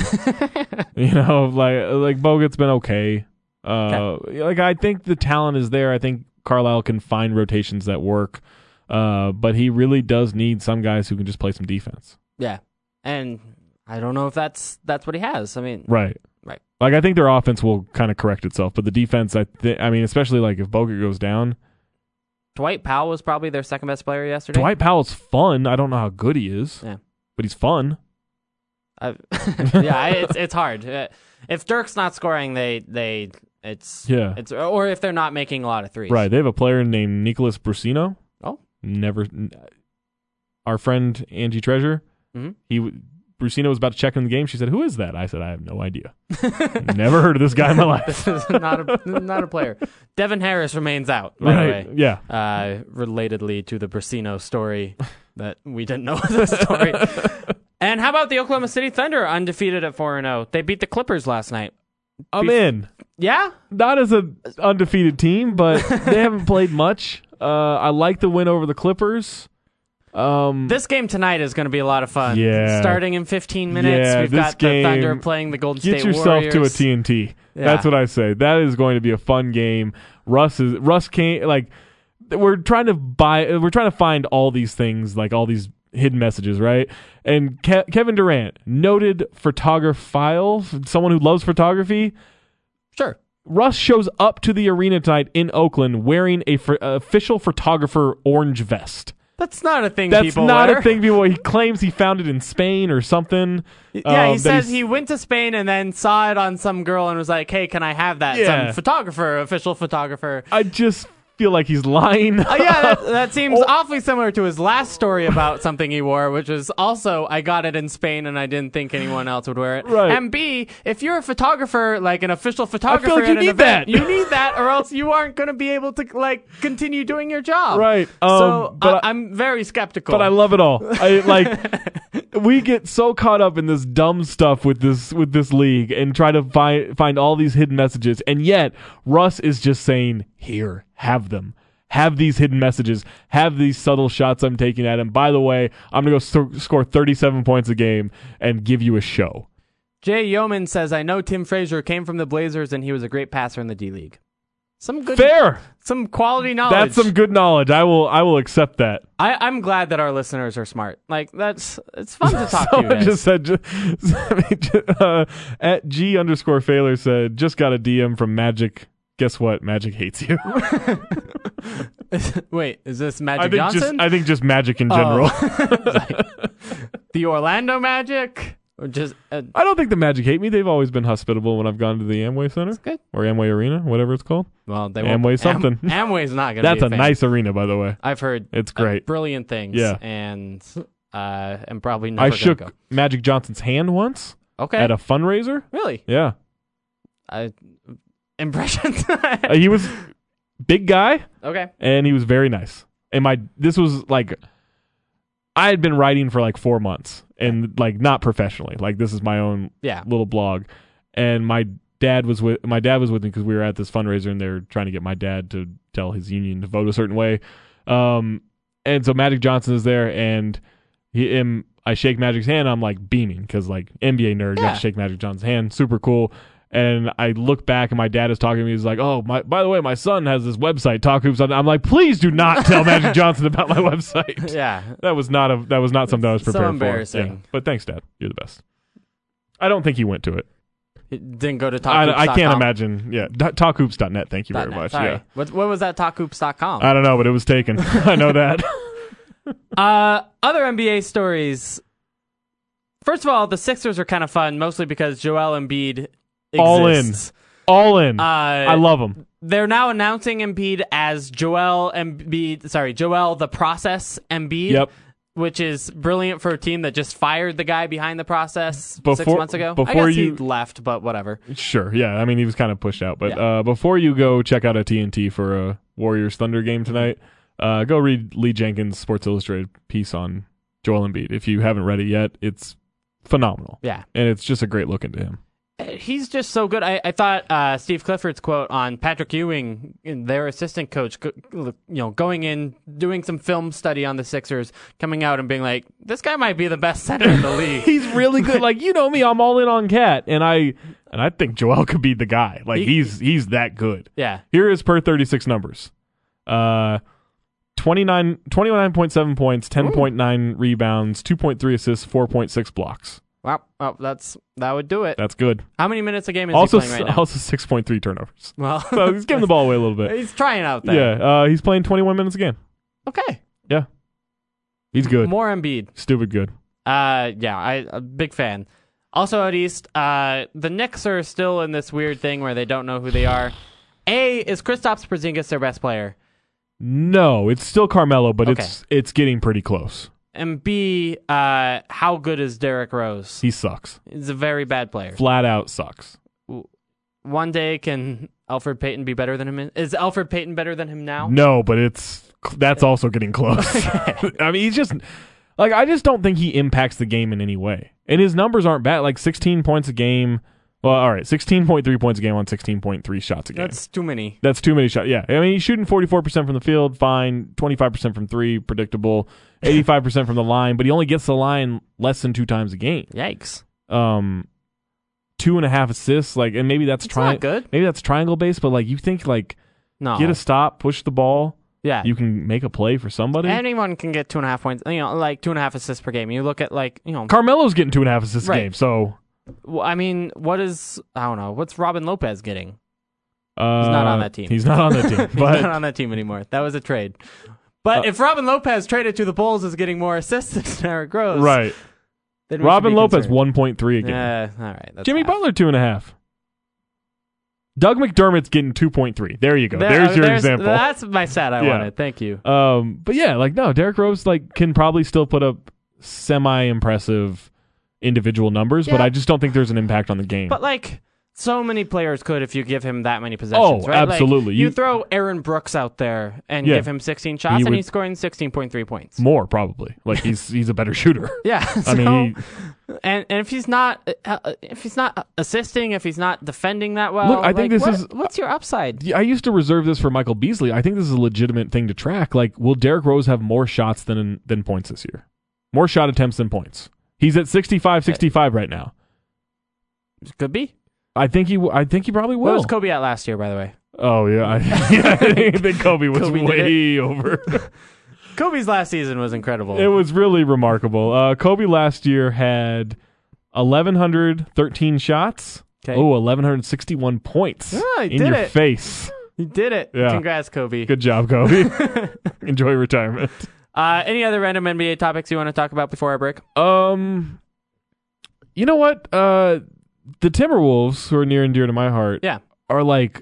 [SPEAKER 3] you know, like like Bogut's been okay. Uh, like I think the talent is there. I think Carlisle can find rotations that work. Uh, but he really does need some guys who can just play some defense.
[SPEAKER 2] Yeah, and I don't know if that's that's what he has. I mean,
[SPEAKER 3] Right.
[SPEAKER 2] Right.
[SPEAKER 3] Like I think their offense will kind of correct itself, but the defense, I th- I mean, especially like if Bogut goes down,
[SPEAKER 2] Dwight Powell was probably their second best player yesterday.
[SPEAKER 3] Dwight Powell's fun. I don't know how good he is,
[SPEAKER 2] Yeah.
[SPEAKER 3] but he's fun.
[SPEAKER 2] I- yeah, I- it's it's hard. Uh, If Dirk's not scoring, they they it's
[SPEAKER 3] Yeah.
[SPEAKER 2] it's or if they're not making a lot of threes.
[SPEAKER 3] Right. They have a player named Nicholas Brusino.
[SPEAKER 2] Oh.
[SPEAKER 3] never. n- Our friend Angie Treasure,
[SPEAKER 2] Mhm.
[SPEAKER 3] he w- Brusino was about to check in the game. She said, "Who is that?" I said, "I have no idea. never heard of this guy in my
[SPEAKER 2] this
[SPEAKER 3] life."
[SPEAKER 2] is not a not a player. Devin Harris remains out. By
[SPEAKER 3] right.
[SPEAKER 2] The way.
[SPEAKER 3] Yeah.
[SPEAKER 2] Uh, relatedly to the Brasino story that we didn't know was a story. and how about the Oklahoma City Thunder undefeated at 4 0? They beat the Clippers last night.
[SPEAKER 3] I'm
[SPEAKER 2] Bef-
[SPEAKER 3] in.
[SPEAKER 2] Yeah?
[SPEAKER 3] not as an undefeated team, but they haven't played much. Uh, I like the win over the Clippers. Um,
[SPEAKER 2] This game tonight is going to be a lot of fun.
[SPEAKER 3] Yeah.
[SPEAKER 2] Starting in 15 minutes,
[SPEAKER 3] Yeah,
[SPEAKER 2] we've
[SPEAKER 3] this
[SPEAKER 2] got the Thunder
[SPEAKER 3] game-
[SPEAKER 2] playing the Golden
[SPEAKER 3] get
[SPEAKER 2] State
[SPEAKER 3] yourself
[SPEAKER 2] Warriors.
[SPEAKER 3] to a TNT.
[SPEAKER 2] Yeah.
[SPEAKER 3] That's what I say. That is going to be a fun game. Russ is Russ can't like. We're trying to buy. We're trying to find all these things, like all these hidden messages, right? And Ke- Kevin Durant, noted photographophile, someone who loves photography,
[SPEAKER 2] Sure.
[SPEAKER 3] Russ shows up to the arena tonight in Oakland wearing a ph- official photographer orange vest.
[SPEAKER 2] That's not a thing
[SPEAKER 3] That's
[SPEAKER 2] people
[SPEAKER 3] not
[SPEAKER 2] wear.
[SPEAKER 3] a thing. People, he claims he found it in Spain or something.
[SPEAKER 2] Yeah,
[SPEAKER 3] um,
[SPEAKER 2] he
[SPEAKER 3] that
[SPEAKER 2] says
[SPEAKER 3] he's-
[SPEAKER 2] he went to Spain and then saw it on some girl and was like, "Hey, can I have that?"
[SPEAKER 3] Yeah.
[SPEAKER 2] Some photographer, official photographer.
[SPEAKER 3] I just feel like he's lying.
[SPEAKER 2] Uh, yeah, that, that seems
[SPEAKER 3] Oh.
[SPEAKER 2] awfully similar to his last story about something he wore, which is also I got it in Spain and I didn't think anyone else would wear it.
[SPEAKER 3] Right.
[SPEAKER 2] And B, if you're a photographer, like an official photographer,
[SPEAKER 3] like you
[SPEAKER 2] at an
[SPEAKER 3] need
[SPEAKER 2] event,
[SPEAKER 3] that.
[SPEAKER 2] You need that, or else you aren't going to be able to like continue doing your job.
[SPEAKER 3] Right,
[SPEAKER 2] so
[SPEAKER 3] um, but
[SPEAKER 2] I,
[SPEAKER 3] I-
[SPEAKER 2] am very skeptical.
[SPEAKER 3] but I love it all. I like we get so caught up in this dumb stuff with this with this league and try to find find all these hidden messages and yet Russ is just saying here have them. Have these hidden messages. Have these subtle shots I'm taking at him. By the way, I'm going to go s score 37 points a game and give you a show.
[SPEAKER 2] Jay Yeoman says, "I know Tim Frazier came from the Blazers and he was a great passer in the D League. Some good,
[SPEAKER 3] Fair.
[SPEAKER 2] some quality knowledge.
[SPEAKER 3] That's some good knowledge. I will I will accept that.
[SPEAKER 2] I, I'm glad that our listeners are smart. Like that's it's fun to talk to you
[SPEAKER 3] Someone
[SPEAKER 2] guys.
[SPEAKER 3] just said, ju- somebody ju- uh, at G underscore Failer said, just got a DM from Magic. Guess what? Magic hates you.
[SPEAKER 2] Wait, is this
[SPEAKER 3] I
[SPEAKER 2] Magic
[SPEAKER 3] think just
[SPEAKER 2] Johnson?
[SPEAKER 3] I think just Magic in
[SPEAKER 2] Oh.
[SPEAKER 3] general.
[SPEAKER 2] the Orlando Magic? Or just uh,
[SPEAKER 3] I don't think the Magic hate me. They've always been hospitable when I've gone to the Amway Center
[SPEAKER 2] good.
[SPEAKER 3] or Amway Arena, whatever it's called.
[SPEAKER 2] Well, they won't-
[SPEAKER 3] Amway
[SPEAKER 2] Am-
[SPEAKER 3] something.
[SPEAKER 2] Amway's not gonna.
[SPEAKER 3] That's
[SPEAKER 2] be
[SPEAKER 3] a
[SPEAKER 2] a, thing.
[SPEAKER 3] nice arena, by the way.
[SPEAKER 2] I've heard
[SPEAKER 3] It's
[SPEAKER 2] uh,
[SPEAKER 3] great.
[SPEAKER 2] brilliant things.
[SPEAKER 3] Yeah.
[SPEAKER 2] and uh, and probably never
[SPEAKER 3] I
[SPEAKER 2] gonna
[SPEAKER 3] shook
[SPEAKER 2] go.
[SPEAKER 3] Magic Johnson's hand once
[SPEAKER 2] Okay,
[SPEAKER 3] at a fundraiser.
[SPEAKER 2] really?
[SPEAKER 3] Yeah,
[SPEAKER 2] I, impressions.
[SPEAKER 3] Uh, he was big guy.
[SPEAKER 2] okay,
[SPEAKER 3] and he was very nice. And my this was like I had been writing for like four months and like not professionally. Like this is my own
[SPEAKER 2] yeah.
[SPEAKER 3] little blog. And my dad was with my dad was with me because we were at this fundraiser and they were trying to get my dad to tell his union to vote a certain way. Um, and so Magic Johnson is there and he him I shake Magic's hand. I'm like beaming because like NBA nerd got
[SPEAKER 2] Yeah.
[SPEAKER 3] to shake Magic Johnson's hand. Super cool. And I look back and my dad is talking to me. He's like, "Oh, my, by the way, my son has this website, Talk Hoops." on it." I'm like, "Please do not tell Magic Johnson about my website."
[SPEAKER 2] Yeah,
[SPEAKER 3] That was not a that was not something I was
[SPEAKER 2] So
[SPEAKER 3] prepared for.
[SPEAKER 2] embarrassing.
[SPEAKER 3] Yeah. But thanks, Dad. You're the best. I don't think he went to it.
[SPEAKER 2] It didn't go to talkhoops.com.
[SPEAKER 3] I, I can't imagine. Yeah, do- talkhoops.net. Thank you very
[SPEAKER 2] .net,
[SPEAKER 3] much.
[SPEAKER 2] Sorry.
[SPEAKER 3] Yeah,
[SPEAKER 2] What, what was that? Talkhoops.com.
[SPEAKER 3] I don't know, but it was taken. I know that.
[SPEAKER 2] Uh, other NBA stories. First of all, the Sixers are kind of fun, mostly because Joel Embiid exists.
[SPEAKER 3] All in. All
[SPEAKER 2] Uh,
[SPEAKER 3] in. I love him.
[SPEAKER 2] They're now announcing Embiid as Joel Embiid. Sorry, Joel the Process Embiid.
[SPEAKER 3] Yep.
[SPEAKER 2] Which is brilliant for a team that just fired the guy behind the process six
[SPEAKER 3] Before-
[SPEAKER 2] months ago. I
[SPEAKER 3] before
[SPEAKER 2] guess he
[SPEAKER 3] you-
[SPEAKER 2] left, but whatever.
[SPEAKER 3] Sure. Yeah. I mean, he was kind of pushed out. But
[SPEAKER 2] Yeah.
[SPEAKER 3] uh, before you go check out a TNT for a Warriors Thunder game tonight, uh, go read Lee Jenkins' Sports Illustrated piece on Joel Embiid. If you haven't read it yet, it's phenomenal.
[SPEAKER 2] Yeah.
[SPEAKER 3] And it's just a great look into him.
[SPEAKER 2] he's just so good. I, I thought uh, Steve Clifford's quote on Patrick Ewing, their assistant coach, go- you know, going in, doing some film study on the Sixers, coming out and being like, "This guy might be the best center in the league."
[SPEAKER 3] He's really good. like you know me, I'm all in on Cat, and I and I think Joel could be the guy. Like
[SPEAKER 2] He-
[SPEAKER 3] he's he's that good.
[SPEAKER 2] Yeah,
[SPEAKER 3] Here is per 36 numbers. Uh 29 29.7 points, 10.9 rebounds, 2.3 assists, 4.6 blocks.
[SPEAKER 2] wow, wow, that's that would do it.
[SPEAKER 3] That's good.
[SPEAKER 2] How many minutes a game is
[SPEAKER 3] also
[SPEAKER 2] he playing right now?
[SPEAKER 3] also 6.3 turnovers.
[SPEAKER 2] well,
[SPEAKER 3] So he's giving the ball away a little bit.
[SPEAKER 2] he's trying out there.
[SPEAKER 3] Yeah, uh, he's playing 21 minutes a game.
[SPEAKER 2] Okay,
[SPEAKER 3] Yeah. He's good.
[SPEAKER 2] more Embiid.
[SPEAKER 3] Stupid good.
[SPEAKER 2] Uh, yeah, I a big fan. Also out east, uh, the Knicks are still in this weird thing where they don't know who they are. A is Kristaps Porzingis their best player?
[SPEAKER 3] No, it's still Carmelo, but
[SPEAKER 2] Okay.
[SPEAKER 3] it's it's getting pretty close.
[SPEAKER 2] and B, uh, how good is Derrick Rose?
[SPEAKER 3] He sucks.
[SPEAKER 2] He's a very bad player.
[SPEAKER 3] Flat out sucks.
[SPEAKER 2] One day, can Alfred Payton be better than him? in- Is Alfred Payton better than him now?
[SPEAKER 3] No, but it's that's also getting close. I mean, he's just like I just don't think he impacts the game in any way. And his numbers aren't bad. Like 16 points a game. Well, all right, 16.3 points a game on 16.3 shots a game.
[SPEAKER 2] That's too many.
[SPEAKER 3] That's too many shots. Yeah. I mean, he's shooting 44% from the field, fine. 25% from three, predictable. 85% from the line, but he only gets the line less than two times a game.
[SPEAKER 2] Yikes.
[SPEAKER 3] Um, two and a half assists, like, and maybe that's
[SPEAKER 2] It's not
[SPEAKER 3] triangle.
[SPEAKER 2] good. Oh.
[SPEAKER 3] Maybe that's triangle based, but like you think like
[SPEAKER 2] No.
[SPEAKER 3] get a stop, push the ball.
[SPEAKER 2] Yeah.
[SPEAKER 3] you can make a play for somebody.
[SPEAKER 2] Anyone can get two and a half points, you know, like two and a half assists per game. You look at like, you know,
[SPEAKER 3] Carmelo's getting two and a half assists
[SPEAKER 2] Right.
[SPEAKER 3] a game, so
[SPEAKER 2] w- I mean, what is I don't know, what's Robin Lopez getting?
[SPEAKER 3] uh,
[SPEAKER 2] He's not on that team.
[SPEAKER 3] He's not on that team,
[SPEAKER 2] He's
[SPEAKER 3] but Uh,
[SPEAKER 2] not on that team anymore. That was a trade. But if Robin Lopez traded to the Bulls is getting more assists than Eric Rose,
[SPEAKER 3] right.
[SPEAKER 2] then we should
[SPEAKER 3] Robin
[SPEAKER 2] be
[SPEAKER 3] Lopez
[SPEAKER 2] concerned.
[SPEAKER 3] one point three a game.
[SPEAKER 2] Yeah, all right. That's
[SPEAKER 3] Jimmy
[SPEAKER 2] half.
[SPEAKER 3] Butler two and a half. Doug McDermott's getting two point three. There you go.
[SPEAKER 2] There-
[SPEAKER 3] there's your example.
[SPEAKER 2] That's my stat I
[SPEAKER 3] Yeah.
[SPEAKER 2] wanted. Thank you.
[SPEAKER 3] Um, but yeah, like no, Derrick Rose like can probably still put up semi impressive individual numbers, but
[SPEAKER 2] Yeah.
[SPEAKER 3] I just don't think there's an impact on the game.
[SPEAKER 2] But like so many players could if you give him that many possessions.
[SPEAKER 3] Oh,
[SPEAKER 2] right? Like,
[SPEAKER 3] absolutely.
[SPEAKER 2] you,
[SPEAKER 3] You-
[SPEAKER 2] throw Aaron Brooks out there and
[SPEAKER 3] Yeah.
[SPEAKER 2] give him 16 shots,
[SPEAKER 3] He
[SPEAKER 2] and
[SPEAKER 3] would-
[SPEAKER 2] he's scoring 16.3 points.
[SPEAKER 3] More probably. Like he's he's a better shooter.
[SPEAKER 2] Yeah. So,
[SPEAKER 3] I mean, he,
[SPEAKER 2] and and if he's not uh, uh, if he's not assisting, if he's not defending that well,
[SPEAKER 3] Look, I think
[SPEAKER 2] like,
[SPEAKER 3] this
[SPEAKER 2] what-
[SPEAKER 3] is- uh,
[SPEAKER 2] what's your upside?
[SPEAKER 3] Yeah, I used to reserve this for Michael Beasley. I think this is a legitimate thing to track. Like, will Derrick Rose have more shots than than points this year? More shot attempts than points. He's at 65 65 right now.
[SPEAKER 2] Could be.
[SPEAKER 3] I think he w- I think he probably
[SPEAKER 2] Where
[SPEAKER 3] will.
[SPEAKER 2] was Kobe at last year, by the way?
[SPEAKER 3] oh yeah. I, yeah, I think Kobe was
[SPEAKER 2] Kobe did
[SPEAKER 3] way over.
[SPEAKER 2] Kobe's last season was incredible.
[SPEAKER 3] it was really remarkable. Uh, Kobe last year had 1113 shots.
[SPEAKER 2] 'Kay.
[SPEAKER 3] Oh, 1161 points
[SPEAKER 2] Yeah, he
[SPEAKER 3] in
[SPEAKER 2] did
[SPEAKER 3] your
[SPEAKER 2] it.
[SPEAKER 3] face.
[SPEAKER 2] he did it.
[SPEAKER 3] Yeah.
[SPEAKER 2] Congrats, Kobe.
[SPEAKER 3] Good job, Kobe. Enjoy retirement.
[SPEAKER 2] Uh, any other random NBA topics you want to talk about before our break?
[SPEAKER 3] Um, you know what? Uh, the Timberwolves, who are near and dear to my heart,
[SPEAKER 2] Yeah.
[SPEAKER 3] are like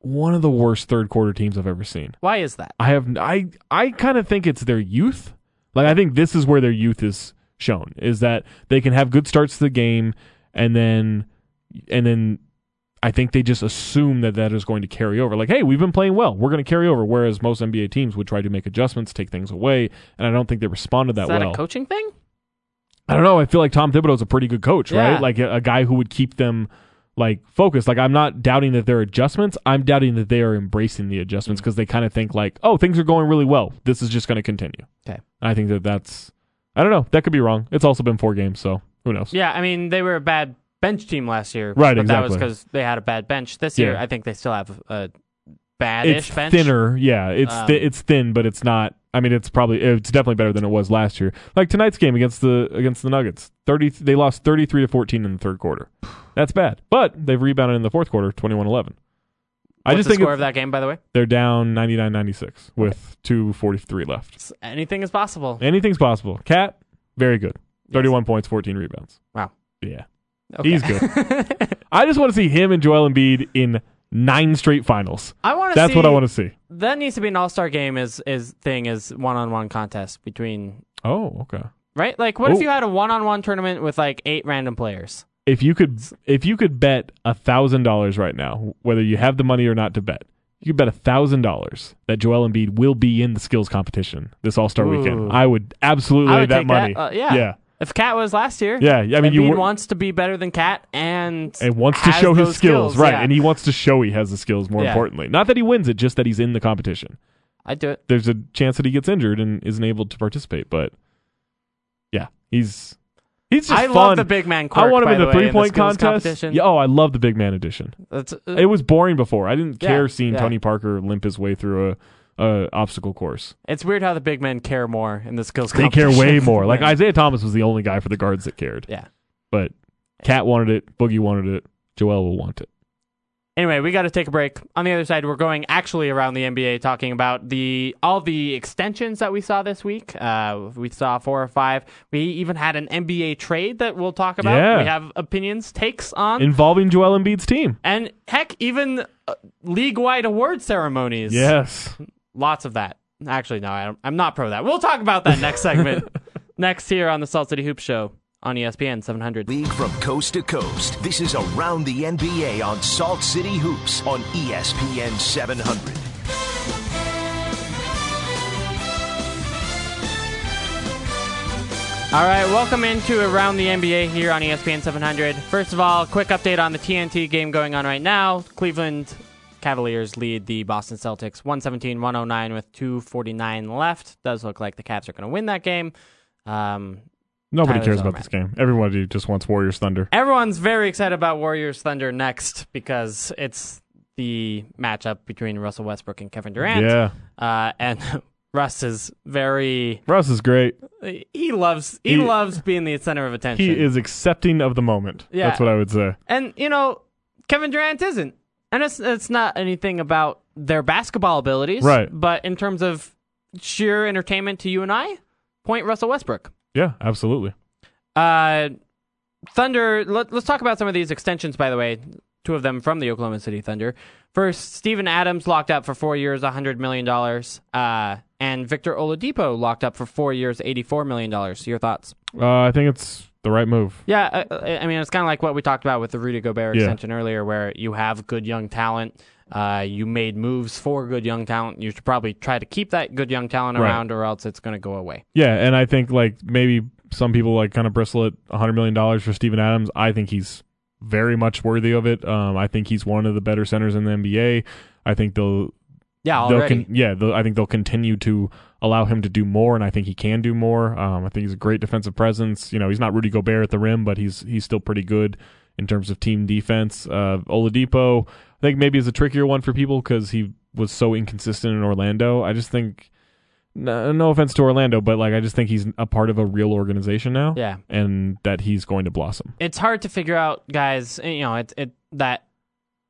[SPEAKER 3] one of the worst third quarter teams I've ever seen.
[SPEAKER 2] Why is that?
[SPEAKER 3] I have I I kind of think it's their youth. Like I think this is where their youth is shown is that they can have good starts to the game and then and then I think they just assume that that is going to carry over. Like, hey, we've been playing well. We're going to carry over. Whereas most NBA teams would try to make adjustments, take things away, and I don't think they responded
[SPEAKER 2] is
[SPEAKER 3] that
[SPEAKER 2] that
[SPEAKER 3] well.
[SPEAKER 2] a coaching thing?
[SPEAKER 3] I don't know. I feel like Tom Thibodeau's a pretty good coach,
[SPEAKER 2] Yeah.
[SPEAKER 3] right? Like a, a guy who would keep them like focused. Like I'm not doubting that there are adjustments. I'm doubting that they are embracing the adjustments because they kind of think like, oh, things are going really well. This is just going to continue.
[SPEAKER 2] 'Kay.
[SPEAKER 3] And I think that that's. I don't know. That could be wrong. It's also been four games, so who knows?
[SPEAKER 2] Yeah, I mean they were a bad bench team last year,
[SPEAKER 3] Right,
[SPEAKER 2] But that was
[SPEAKER 3] exactly.
[SPEAKER 2] because they had a bad bench. This
[SPEAKER 3] Yeah.
[SPEAKER 2] year, I think they still have a badish
[SPEAKER 3] it's
[SPEAKER 2] bench.
[SPEAKER 3] thinner. Yeah, it's thi-
[SPEAKER 2] Um,
[SPEAKER 3] it's thin, but it's not. I mean, it's probably it's definitely better than it was last year. Like tonight's game against the against the Nuggets, thirty they lost thirty three to fourteen in the third quarter. That's bad, but they've rebounded in the fourth quarter, 21-11. I
[SPEAKER 2] What's
[SPEAKER 3] just
[SPEAKER 2] the
[SPEAKER 3] think
[SPEAKER 2] score
[SPEAKER 3] it-
[SPEAKER 2] of that game, by the way.
[SPEAKER 3] they're down 99-96 with two forty three left.
[SPEAKER 2] S- Anything is possible.
[SPEAKER 3] Anything's possible. Cat, very good, thirty one points, fourteen rebounds.
[SPEAKER 2] Wow.
[SPEAKER 3] Yeah,
[SPEAKER 2] Okay.
[SPEAKER 3] he's good. I just want to see him and Joel Embiid in nine straight finals.
[SPEAKER 2] I want to.
[SPEAKER 3] That's what I want to see.
[SPEAKER 2] to. That needs to be an all star game. Is is thing is one on one contest between
[SPEAKER 3] Oh, okay.
[SPEAKER 2] right? Like, what if
[SPEAKER 3] Ooh.
[SPEAKER 2] you had a one on one tournament with like eight random players?
[SPEAKER 3] if you could if you could bet a thousand dollars right now, whether you have the money or not to bet, you could bet a thousand dollars that Joel Embiid will be in the skills competition this All Star
[SPEAKER 2] Ooh.
[SPEAKER 3] weekend. I would absolutely
[SPEAKER 2] I
[SPEAKER 3] lay
[SPEAKER 2] would
[SPEAKER 3] that
[SPEAKER 2] take
[SPEAKER 3] money.
[SPEAKER 2] Uh, yeah.
[SPEAKER 3] yeah,
[SPEAKER 2] If Cat was last year,
[SPEAKER 3] yeah. I mean,
[SPEAKER 2] Embiid
[SPEAKER 3] you wor-
[SPEAKER 2] wants to be better than Cat and
[SPEAKER 3] and wants to
[SPEAKER 2] has
[SPEAKER 3] show his
[SPEAKER 2] those
[SPEAKER 3] skills, right?
[SPEAKER 2] yeah.
[SPEAKER 3] And he wants to show he has the skills. More
[SPEAKER 2] Yeah.
[SPEAKER 3] importantly, not that he wins it, just that he's in the competition.
[SPEAKER 2] I'd do it.
[SPEAKER 3] There's a chance that he gets injured and isn't able to participate, but yeah, he's he's just
[SPEAKER 2] I
[SPEAKER 3] fun.
[SPEAKER 2] love the big man. Quirk,
[SPEAKER 3] I want him
[SPEAKER 2] by
[SPEAKER 3] in the
[SPEAKER 2] way,
[SPEAKER 3] three point
[SPEAKER 2] skills
[SPEAKER 3] contest.
[SPEAKER 2] competition.
[SPEAKER 3] Yeah, oh, I love the big man edition.
[SPEAKER 2] That's, uh,
[SPEAKER 3] it was boring before. I didn't
[SPEAKER 2] Yeah,
[SPEAKER 3] care seeing
[SPEAKER 2] yeah.
[SPEAKER 3] Tony Parker limp his way through a, a obstacle course.
[SPEAKER 2] it's weird how the big men care more in the skills.
[SPEAKER 3] They care way
[SPEAKER 2] competition.
[SPEAKER 3] more. Like
[SPEAKER 2] Yeah.
[SPEAKER 3] Isaiah Thomas was the only guy for the guards that cared.
[SPEAKER 2] Yeah.
[SPEAKER 3] But Cat wanted it. Boogie wanted it. Joel will want it.
[SPEAKER 2] Anyway, we got to take a break. On the other side, we're going actually around the NBA, talking about the all the extensions that we saw this week. Uh, we saw four or five. We even had an NBA trade that we'll talk about.
[SPEAKER 3] Yeah.
[SPEAKER 2] We have opinions, takes on,
[SPEAKER 3] Involving Joel Embiid's team.
[SPEAKER 2] and heck, even uh, league-wide award ceremonies.
[SPEAKER 3] Yes.
[SPEAKER 2] lots of that. Actually, no, I don't, I'm not pro that. We'll talk about that next segment, next here on the Salt City Hoop Show on E ESPN 700.
[SPEAKER 1] League from coast to coast. This is Around the NBA on Salt City Hoops on E ESPN 700.
[SPEAKER 2] All right, welcome into Around the NBA here on E ESPN 700. First of all, quick update on the TNT game going on right now. Cleveland Cavaliers lead the Boston Celtics 117 109 with 249 left. Does look like the Cavs are going to win that game. Um,
[SPEAKER 3] Nobody
[SPEAKER 2] Tyler's
[SPEAKER 3] cares
[SPEAKER 2] all
[SPEAKER 3] about
[SPEAKER 2] right.
[SPEAKER 3] this game. Everybody just wants Warriors Thunder.
[SPEAKER 2] everyone's very excited about Warriors Thunder next because it's the matchup between Russell Westbrook and Kevin Durant.
[SPEAKER 3] Yeah.
[SPEAKER 2] Uh, and Russ is very
[SPEAKER 3] Russ is great.
[SPEAKER 2] he loves he,
[SPEAKER 3] He-
[SPEAKER 2] loves being the center of attention.
[SPEAKER 3] He is accepting of the moment.
[SPEAKER 2] Yeah.
[SPEAKER 3] That's what I would say.
[SPEAKER 2] And you know, Kevin Durant isn't. And it's it's not anything about their basketball abilities,
[SPEAKER 3] Right.
[SPEAKER 2] But in terms of sheer entertainment to you and I, point Russell Westbrook.
[SPEAKER 3] Yeah, absolutely.
[SPEAKER 2] Uh, Thunder. Let, let's talk about some of these extensions, by the way. Two of them from the Oklahoma City Thunder. First, Steven Adams locked up for four years, $100 million. Uh, and Victor Oladipo locked up for four years, $84 million. Your thoughts?
[SPEAKER 3] Uh, I think it's the right move.
[SPEAKER 2] Yeah, I- I, I mean, it's kind of like what we talked about with the Rudy Gobert
[SPEAKER 3] Yeah.
[SPEAKER 2] extension earlier, where you have good young talent. Uh, you made moves for good young talent. You should probably try to keep that good young talent
[SPEAKER 3] Right.
[SPEAKER 2] around, or else it's going to go away.
[SPEAKER 3] Yeah, and I think like maybe some people like kind of bristle at hundred million dollars for Steven Adams. I think he's very much worthy of it. Um, I think he's one of the better centers in the NBA. I think they'll
[SPEAKER 2] Yeah,
[SPEAKER 3] they'll
[SPEAKER 2] already.
[SPEAKER 3] con- yeah they'll, I think they'll continue to allow him to do more, and I think he can do more. Um, I think he's a great defensive presence. You know, he's not Rudy Gobert at the rim, but he's he's still pretty good in terms of team defense. Uh, Oladipo, I think maybe is a trickier one for people because he was so inconsistent in Orlando. I just think. No, no offense to Orlando, but like I just think he's a part of a real organization now,
[SPEAKER 2] yeah.
[SPEAKER 3] and that he's going to blossom.
[SPEAKER 2] it's hard to figure out, guys. eh, You know, it it that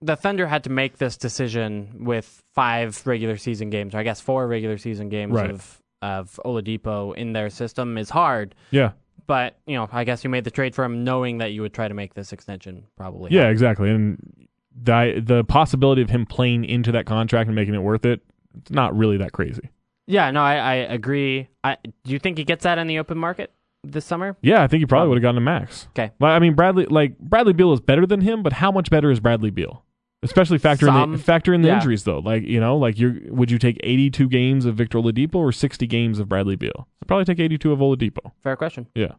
[SPEAKER 2] the Thunder had to make this decision with five regular season games, or I guess four regular season games
[SPEAKER 3] Right.
[SPEAKER 2] of of Oladipo in their system is hard.
[SPEAKER 3] Yeah,
[SPEAKER 2] But you know, I guess you made the trade for him knowing that you would try to make this extension, probably.
[SPEAKER 3] Yeah, exactly. And the the possibility of him playing into that contract and making it worth it, it's not really that crazy.
[SPEAKER 2] yeah. No, I, I agree. I do you think he gets that in the open market this summer?
[SPEAKER 3] Yeah, I think he probably
[SPEAKER 2] Um,
[SPEAKER 3] would have gotten a max.
[SPEAKER 2] 'kay.
[SPEAKER 3] Like, I mean Bradley like Bradley Beal is better than him, but how much better is Bradley Beal? Especially factor in
[SPEAKER 2] Some.
[SPEAKER 3] the factor in the
[SPEAKER 2] Yeah.
[SPEAKER 3] injuries though. Like, you know, like you would you take 82 games of Victor Oladipo or 60 games of Bradley Beal? I'd probably take 82 of Oladipo.
[SPEAKER 2] Fair question.
[SPEAKER 3] Yeah.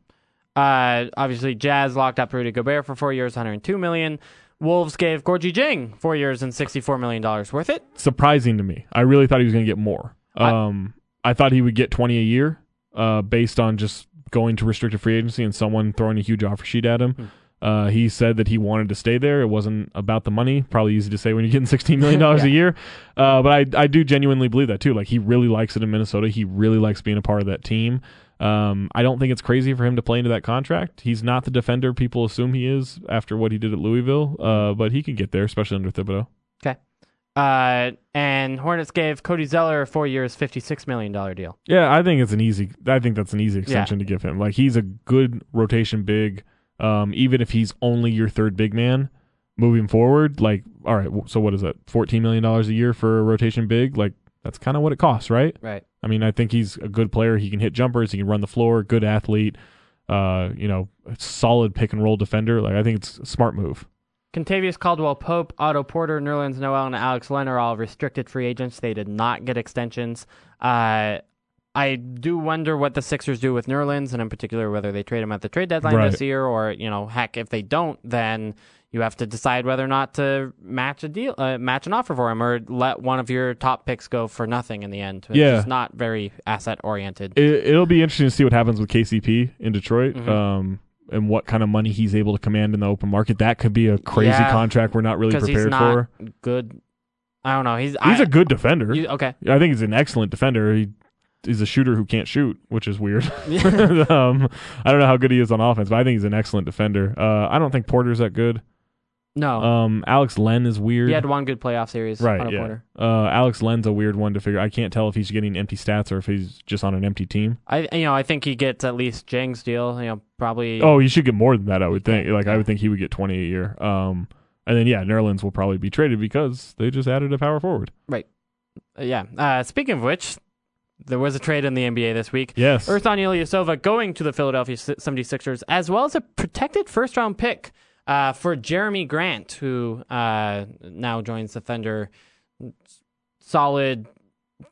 [SPEAKER 2] Uh, obviously, Jazz locked up Rudy Gobert for four years, 102 million. Wolves gave Gorgie Jing four years and 64 million dollars worth it.
[SPEAKER 3] surprising to me. I really thought he was going to get more.
[SPEAKER 2] I-
[SPEAKER 3] Um, I, thought he would get 20 a year uh, based on just going to restricted free agency and someone throwing a huge offer sheet at him. Uh, he said that he wanted to stay there. It wasn't about the money. Probably easy to say when you're getting $16 million a year. Uh, but I, I do genuinely believe that too. Like he really likes it in Minnesota. He really likes being a part of that team. Um, I don't think it's crazy for him to play into that contract. He's not the defender people assume he is after what he did at Louisville, uh, but he can get there, especially under Thibodeau.
[SPEAKER 2] Okay. Uh, and Hornets gave Cody Zeller a four years, fifty-six million dollar deal.
[SPEAKER 3] Yeah, I think it's an easy. I think that's an easy extension to give him. Like he's a good rotation big, um, even if he's only your third big man moving forward. Like, all right, w- so what is that? Fourteen million dollars a year for a rotation big? Like that's kind of what it costs, right?
[SPEAKER 2] Right.
[SPEAKER 3] I mean, I think he's a good player. He can hit jumpers. He can run the floor. Good athlete. Uh, you know, a solid pick and roll defender. Like I think it's a smart move.
[SPEAKER 2] Contavious Caldwell Pope, Otto Porter, Nerlens Noel, and Alex Len are all restricted free agents. They did not get extensions. Uh, I do wonder what the Sixers do with Nerlens, and in particular whether they trade him at the trade deadline
[SPEAKER 3] Right.
[SPEAKER 2] this year, or you know, heck, if they don't, then you have to decide whether or not to match a deal, uh, match an offer for him, or let one of your top picks go for nothing in the end. It's
[SPEAKER 3] Yeah.
[SPEAKER 2] just not very asset oriented.
[SPEAKER 3] It, it'll be interesting to see what happens with KCP in Detroit.
[SPEAKER 2] Mm-hmm.
[SPEAKER 3] Um. And what kind of money he's able to command in the open market? That could be a crazy
[SPEAKER 2] Yeah.
[SPEAKER 3] contract we're not really
[SPEAKER 2] because
[SPEAKER 3] prepared
[SPEAKER 2] he's not
[SPEAKER 3] for.
[SPEAKER 2] good. I don't know. He's
[SPEAKER 3] He's
[SPEAKER 2] I,
[SPEAKER 3] a good defender.
[SPEAKER 2] you- okay.
[SPEAKER 3] I think he's an excellent defender. He, he's a shooter who can't shoot, which is weird. um, I don't know how good he is on offense, but I think he's an excellent defender. Uh, I don't think Porter's that good.
[SPEAKER 2] No,
[SPEAKER 3] Um, Alex Len is weird.
[SPEAKER 2] he had one good playoff series. on
[SPEAKER 3] right,
[SPEAKER 2] a
[SPEAKER 3] yeah.
[SPEAKER 2] quarter.
[SPEAKER 3] Uh, Alex Len's a weird one to figure. I can't tell if he's getting empty stats or if he's just on an empty team.
[SPEAKER 2] I you know I think he gets at least Jang's deal. You know probably.
[SPEAKER 3] Oh, he should get more than that, I would think. Like I would think he would get twenty a year. Um, and then yeah, Nerlens will probably be traded because they just added a power forward.
[SPEAKER 2] yeah. Uh, speaking of which, there was a trade in the NBA this week.
[SPEAKER 3] Yes.
[SPEAKER 2] Ersan Ilyasova going to the Philadelphia Si- 76ers, as well as a protected first round pick uh, for Jeremy Grant, who uh, now joins the Thunder. Solid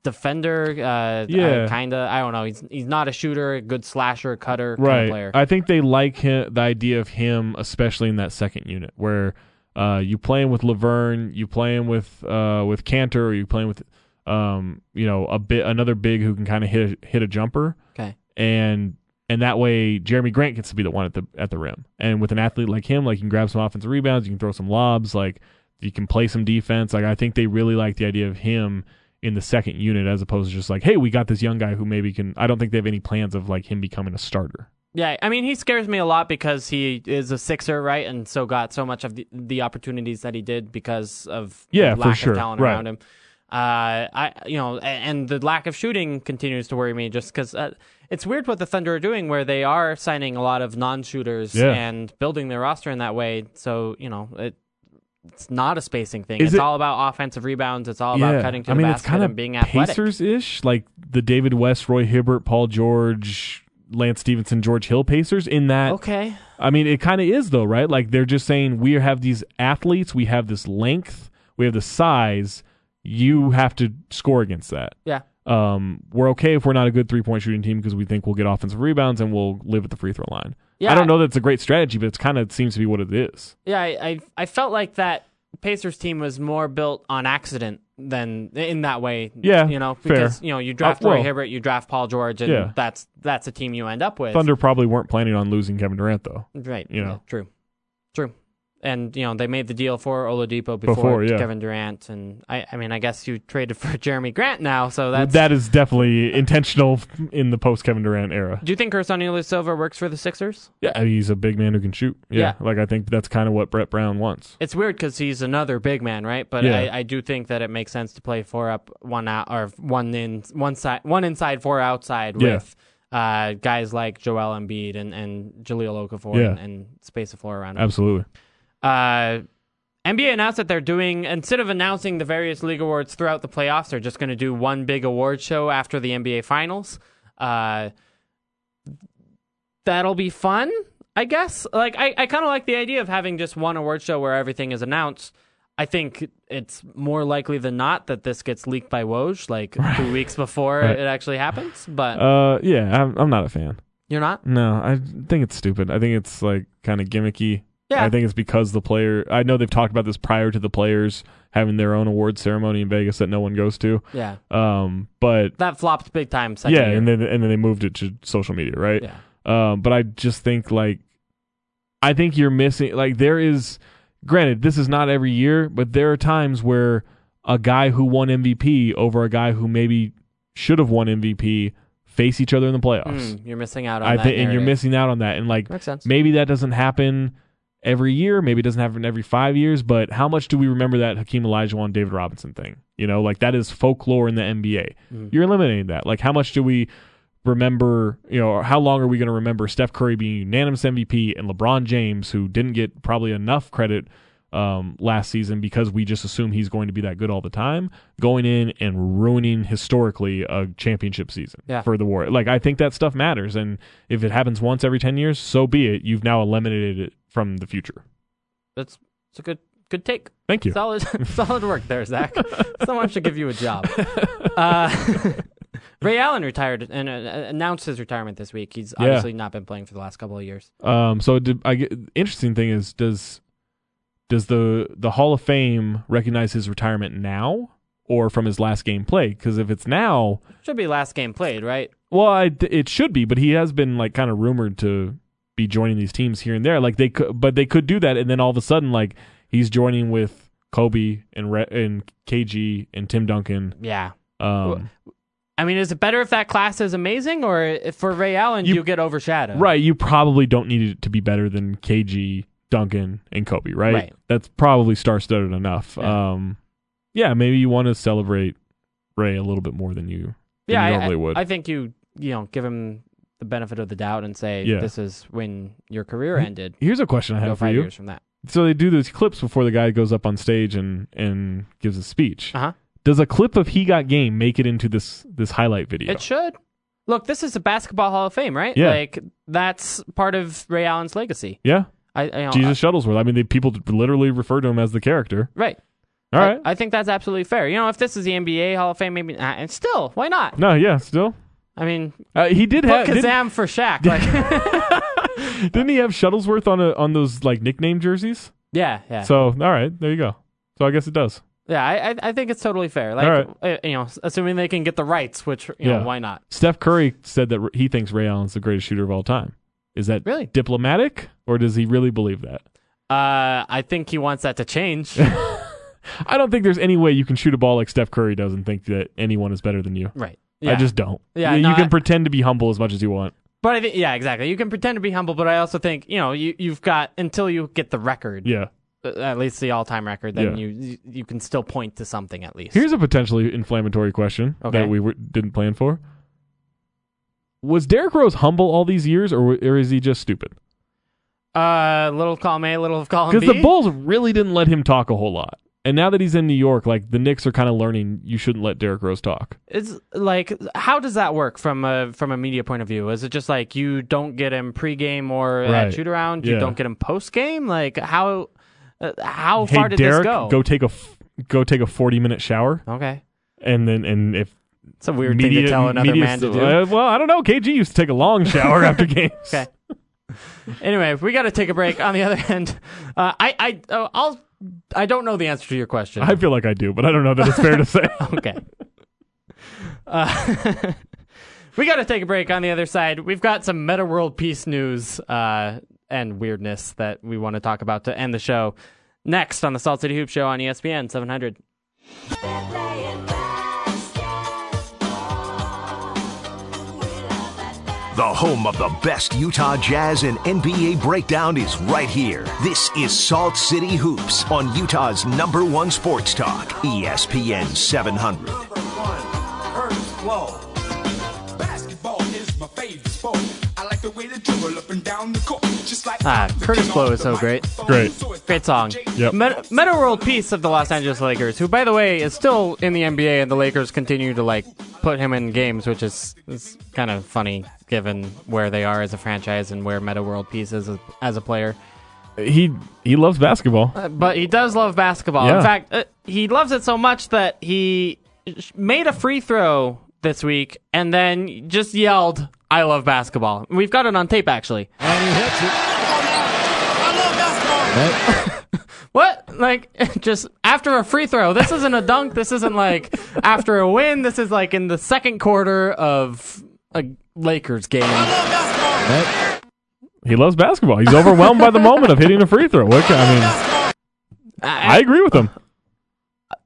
[SPEAKER 2] defender, uh,
[SPEAKER 3] Yeah.
[SPEAKER 2] kind of. I don't know. He's he's not a shooter, a good slasher, cutter kind
[SPEAKER 3] right.
[SPEAKER 2] of player.
[SPEAKER 3] I think they like him, the idea of him, especially in that second unit, where uh, you play him with Laverne, you play him with uh, with Cantor, or you play him with um, you know a bit another big who can kind of hit a, hit a jumper,
[SPEAKER 2] okay.
[SPEAKER 3] and and that way Jeremy Grant gets to be the one at the at the rim, and with an athlete like him, like you can grab some offensive rebounds, you can throw some lobs, like You can play some defense. Like I think they really like the idea of him in the second unit as opposed to just like, hey, we got this young guy who maybe can. I don't think they have any plans of like him becoming a starter.
[SPEAKER 2] Yeah, I mean, he scares me a lot because he is a sixer, right? And so got so much of the, the opportunities that he did because of the
[SPEAKER 3] Yeah, for
[SPEAKER 2] lack
[SPEAKER 3] sure,
[SPEAKER 2] of talent
[SPEAKER 3] right.
[SPEAKER 2] around him. Uh, I you know, a- and the lack of shooting continues to worry me just because uh, it's weird what the Thunder are doing, where they are signing a lot of non-shooters
[SPEAKER 3] Yeah.
[SPEAKER 2] and building their roster in that way. So you know, it, it's not a spacing thing.
[SPEAKER 3] Is
[SPEAKER 2] it's
[SPEAKER 3] it-
[SPEAKER 2] all about offensive rebounds. It's all about cutting to
[SPEAKER 3] I
[SPEAKER 2] the
[SPEAKER 3] mean, it's
[SPEAKER 2] basket
[SPEAKER 3] kind
[SPEAKER 2] and
[SPEAKER 3] of
[SPEAKER 2] being athletic.
[SPEAKER 3] Pacers ish, like the David West, Roy Hibbert, Paul George, Lance Stevenson, George Hill Pacers. In that,
[SPEAKER 2] Okay.
[SPEAKER 3] I mean, it kind of is though, right? Like they're just saying we have these athletes, we have this length, we have the size. You have to score against that.
[SPEAKER 2] Yeah.
[SPEAKER 3] Um, we're okay if we're not a good three point shooting team because we think we'll get offensive rebounds and we'll live at the free throw line.
[SPEAKER 2] Yeah.
[SPEAKER 3] I don't know that it's a great strategy, but it's kind of seems to be what it is.
[SPEAKER 2] Yeah, I, I I felt like that Pacers team was more built on accident than in that way.
[SPEAKER 3] Yeah,
[SPEAKER 2] you know
[SPEAKER 3] fair.
[SPEAKER 2] because you know you draft
[SPEAKER 3] Uh, well-
[SPEAKER 2] Roy Hibbert, you draft Paul George, and
[SPEAKER 3] Yeah.
[SPEAKER 2] that's that's a team you end up with.
[SPEAKER 3] Thunder probably weren't planning on losing Kevin Durant though.
[SPEAKER 2] right?
[SPEAKER 3] you
[SPEAKER 2] yeah,
[SPEAKER 3] know.
[SPEAKER 2] true, true. And you know they made the deal for Oladipo before,
[SPEAKER 3] Before, yeah.
[SPEAKER 2] Kevin Durant, and I I mean I guess you traded for Jeremy Grant now, so that's.
[SPEAKER 3] that is definitely intentional in the post Kevin Durant era.
[SPEAKER 2] do you think Ursanio Silva works for the Sixers?
[SPEAKER 3] Yeah, he's a big man who can shoot. Yeah, like I think that's kind of what Brett Brown wants.
[SPEAKER 2] It's weird because he's another big man, right? But
[SPEAKER 3] Yeah.
[SPEAKER 2] I, I do think that it makes sense to play four up, one out, or one in, one side, one inside, four outside
[SPEAKER 3] Yeah.
[SPEAKER 2] with uh, guys like Joel Embiid and and Jaleel Okafor
[SPEAKER 3] Yeah.
[SPEAKER 2] and, and space the floor around him.
[SPEAKER 3] Absolutely.
[SPEAKER 2] Uh, NBA announced that they're doing instead of announcing the various league awards throughout the playoffs, they're just going to do one big award show after the NBA finals. Uh, that'll be fun, I guess. Like I, I kind of like the idea of having just one award show where everything is announced. I think it's more likely than not that this gets leaked by Woj like two weeks before
[SPEAKER 3] Right.
[SPEAKER 2] it actually happens. But
[SPEAKER 3] Uh, yeah, I'm, I'm not a fan.
[SPEAKER 2] you're not.
[SPEAKER 3] No, I think it's stupid. I think it's like kind of gimmicky.
[SPEAKER 2] Yeah.
[SPEAKER 3] I think it's because the player. I know they've talked about this prior to the players having their own award ceremony in Vegas that no one goes to.
[SPEAKER 2] Yeah,
[SPEAKER 3] Um, but
[SPEAKER 2] that flopped big time. Second
[SPEAKER 3] yeah,
[SPEAKER 2] year.
[SPEAKER 3] and then and then they moved it to social media, right?
[SPEAKER 2] yeah.
[SPEAKER 3] Um, but I just think like I think you're missing like there is granted this is not every year, but there are times where a guy who won MVP over a guy who maybe should have won MVP face each other in the playoffs.
[SPEAKER 2] Mm, you're missing out on
[SPEAKER 3] I
[SPEAKER 2] that.
[SPEAKER 3] think and you're
[SPEAKER 2] narrative.
[SPEAKER 3] missing out on that and like
[SPEAKER 2] Makes sense.
[SPEAKER 3] maybe that doesn't happen every year, maybe it doesn't happen every 5 years, but how much do we remember that Hakeem Olajuwon David Robinson thing? You know, like that is folklore in the NBA. You're eliminating that. Like how much do we remember, you know, how long are we going to remember Steph Curry being unanimous MVP and LeBron James, who didn't get probably enough credit um, last season because we just assume he's going to be that good all the time, going in and ruining historically a championship season
[SPEAKER 2] Yeah.
[SPEAKER 3] for the war. Like, I think that stuff matters. And if it happens once every 10 years, so be it. You've now eliminated it from the future.
[SPEAKER 2] That's it's a good good take.
[SPEAKER 3] Thank you.
[SPEAKER 2] Solid solid work there, Zach. Someone should give you a job. Uh, Ray Allen retired and uh, announced his retirement this week. He's
[SPEAKER 3] Yeah.
[SPEAKER 2] obviously not been playing for the last couple of years.
[SPEAKER 3] Um, so did, I get, interesting thing is does does the the Hall of Fame recognize his retirement now or from his last game play? Because if it's now,
[SPEAKER 2] Should be last game played, right?
[SPEAKER 3] well, I, it should be, but he has been like kind of rumored to be joining these teams here and there. Like they could, but they could do that, and then all of a sudden, like he's joining with Kobe and Re- and KG and Tim Duncan.
[SPEAKER 2] Yeah.
[SPEAKER 3] Um,
[SPEAKER 2] I mean, is it better if that class is amazing, or if for Ray Allen you,
[SPEAKER 3] You-
[SPEAKER 2] get overshadowed?
[SPEAKER 3] Right. You probably don't need it to be better than KG, Duncan, and Kobe, right?
[SPEAKER 2] Right.
[SPEAKER 3] That's probably star studded enough.
[SPEAKER 2] Yeah.
[SPEAKER 3] Um, yeah, maybe you want to celebrate Ray a little bit more than you, than
[SPEAKER 2] Yeah,
[SPEAKER 3] you
[SPEAKER 2] I,
[SPEAKER 3] normally
[SPEAKER 2] I-
[SPEAKER 3] would.
[SPEAKER 2] I think you you know give him the benefit of the doubt and say
[SPEAKER 3] Yeah.
[SPEAKER 2] this is when your career ended.
[SPEAKER 3] Here's a question I
[SPEAKER 2] Go
[SPEAKER 3] have for
[SPEAKER 2] five
[SPEAKER 3] you.
[SPEAKER 2] years from that.
[SPEAKER 3] So they do those clips before the guy goes up on stage and, and gives a speech.
[SPEAKER 2] Uh huh.
[SPEAKER 3] Does a clip of He Got Game make it into this this highlight video?
[SPEAKER 2] It should. Look, this is the Basketball Hall of Fame, right?
[SPEAKER 3] Yeah.
[SPEAKER 2] Like that's part of Ray Allen's legacy.
[SPEAKER 3] yeah.
[SPEAKER 2] I, Oh, I you know,
[SPEAKER 3] Jesus Shuttlesworth. I mean, they, people literally refer to him as the character.
[SPEAKER 2] I- right.
[SPEAKER 3] All
[SPEAKER 2] I-
[SPEAKER 3] right.
[SPEAKER 2] I, think that's absolutely fair. You know, if this is the NBA Hall of Fame, maybe not. And still, why not?
[SPEAKER 3] no, yeah, still.
[SPEAKER 2] I mean,
[SPEAKER 3] Uh, he did
[SPEAKER 2] put
[SPEAKER 3] have. did-
[SPEAKER 2] Kazam for Shaq. Like,
[SPEAKER 3] Didn't he have Shuttlesworth on a, on those like nickname jerseys?
[SPEAKER 2] yeah, yeah,
[SPEAKER 3] So all right, there you go. So I guess it does.
[SPEAKER 2] yeah. I, I, I think it's totally fair. Like,
[SPEAKER 3] All
[SPEAKER 2] uh, you know, assuming they can get the rights, which you
[SPEAKER 3] Yeah.
[SPEAKER 2] know, why not?
[SPEAKER 3] Steph Curry said that he thinks Ray Allen's the greatest shooter of all time. Is that
[SPEAKER 2] Really?
[SPEAKER 3] diplomatic, or does he really believe that?
[SPEAKER 2] Uh, I think he wants that to change.
[SPEAKER 3] I don't think there's any way you can shoot a ball like Steph Curry does and think that anyone is better than you.
[SPEAKER 2] Right.
[SPEAKER 3] I
[SPEAKER 2] Yeah.
[SPEAKER 3] just don't.
[SPEAKER 2] Yeah,
[SPEAKER 3] you,
[SPEAKER 2] no,
[SPEAKER 3] you can
[SPEAKER 2] I-
[SPEAKER 3] pretend to be humble as much as you want.
[SPEAKER 2] But I think yeah, exactly. You can pretend to be humble, but I also think you know you you've got until you get the record,
[SPEAKER 3] Yeah.
[SPEAKER 2] uh, at least the all time record, then
[SPEAKER 3] Yeah.
[SPEAKER 2] you you you can still point to something at least.
[SPEAKER 3] Here's a potentially inflammatory question
[SPEAKER 2] Okay.
[SPEAKER 3] that we were, didn't plan for. Was Derrick Rose humble all these years, or or is he just stupid?
[SPEAKER 2] uh, little column A, little column B.
[SPEAKER 3] Because the Bulls really didn't let him talk a whole lot, and now that he's in New York, like the Knicks are kind of learning you shouldn't let Derrick Rose talk.
[SPEAKER 2] It's like how does that work from a from a media point of view? Is it just like you don't get him pregame or
[SPEAKER 3] Right.
[SPEAKER 2] at shoot around, you
[SPEAKER 3] Yeah.
[SPEAKER 2] don't get him postgame? Like how uh, how
[SPEAKER 3] hey,
[SPEAKER 2] far did
[SPEAKER 3] Derek,
[SPEAKER 2] this go?
[SPEAKER 3] take a f- go take a forty minute shower,
[SPEAKER 2] okay,
[SPEAKER 3] and then and if
[SPEAKER 2] it's a weird thing
[SPEAKER 3] media,
[SPEAKER 2] to tell another
[SPEAKER 3] media
[SPEAKER 2] man to
[SPEAKER 3] still-
[SPEAKER 2] do.
[SPEAKER 3] uh, well, I don't know. KG used to take a long shower after games.
[SPEAKER 2] Okay. anyway, we got to take a break. On the other hand, uh, I I oh, I'll I don't know the answer to your question.
[SPEAKER 3] I feel like I do, but I don't know that it's fair to say.
[SPEAKER 2] okay. Uh, we got to take a break. On the other side, we've got some meta world peace news uh, and weirdness that we want to talk about to end the show. Next on the Salt City Hoop Show on E ESPN 700.
[SPEAKER 1] The home of the best Utah Jazz and NBA breakdown is right here. This is Salt City Hoops on Utah's number one sports talk, E ESPN 700.
[SPEAKER 5] Number one, Curtis Blow. Basketball is my favorite sport. I like the way they dribble up and down the court. Just like
[SPEAKER 2] Ah, Curtis Blow is so great.
[SPEAKER 3] Great.
[SPEAKER 2] Great song.
[SPEAKER 3] Yep.
[SPEAKER 2] Meta, Meta World Peace of the Los Angeles Lakers, who, by the way, is still in the NBA, and the Lakers continue to like put him in games, which is, is kind of funny given where they are as a franchise and where Meta World Peace is as, as a player.
[SPEAKER 3] he he loves basketball.
[SPEAKER 2] But he does love basketball.
[SPEAKER 3] Yeah.
[SPEAKER 2] In fact, uh, he loves it so much that he sh- made a free throw this week and then just yelled, "I love basketball." We've got it on tape, actually.
[SPEAKER 6] And he hits it.
[SPEAKER 2] What? Like, just after a free throw. This isn't a dunk. This isn't like after a win. This is like in the second quarter of a Lakers game.
[SPEAKER 3] He loves basketball. He's overwhelmed by the moment of hitting a free throw. What, can- I mean, I agree with him.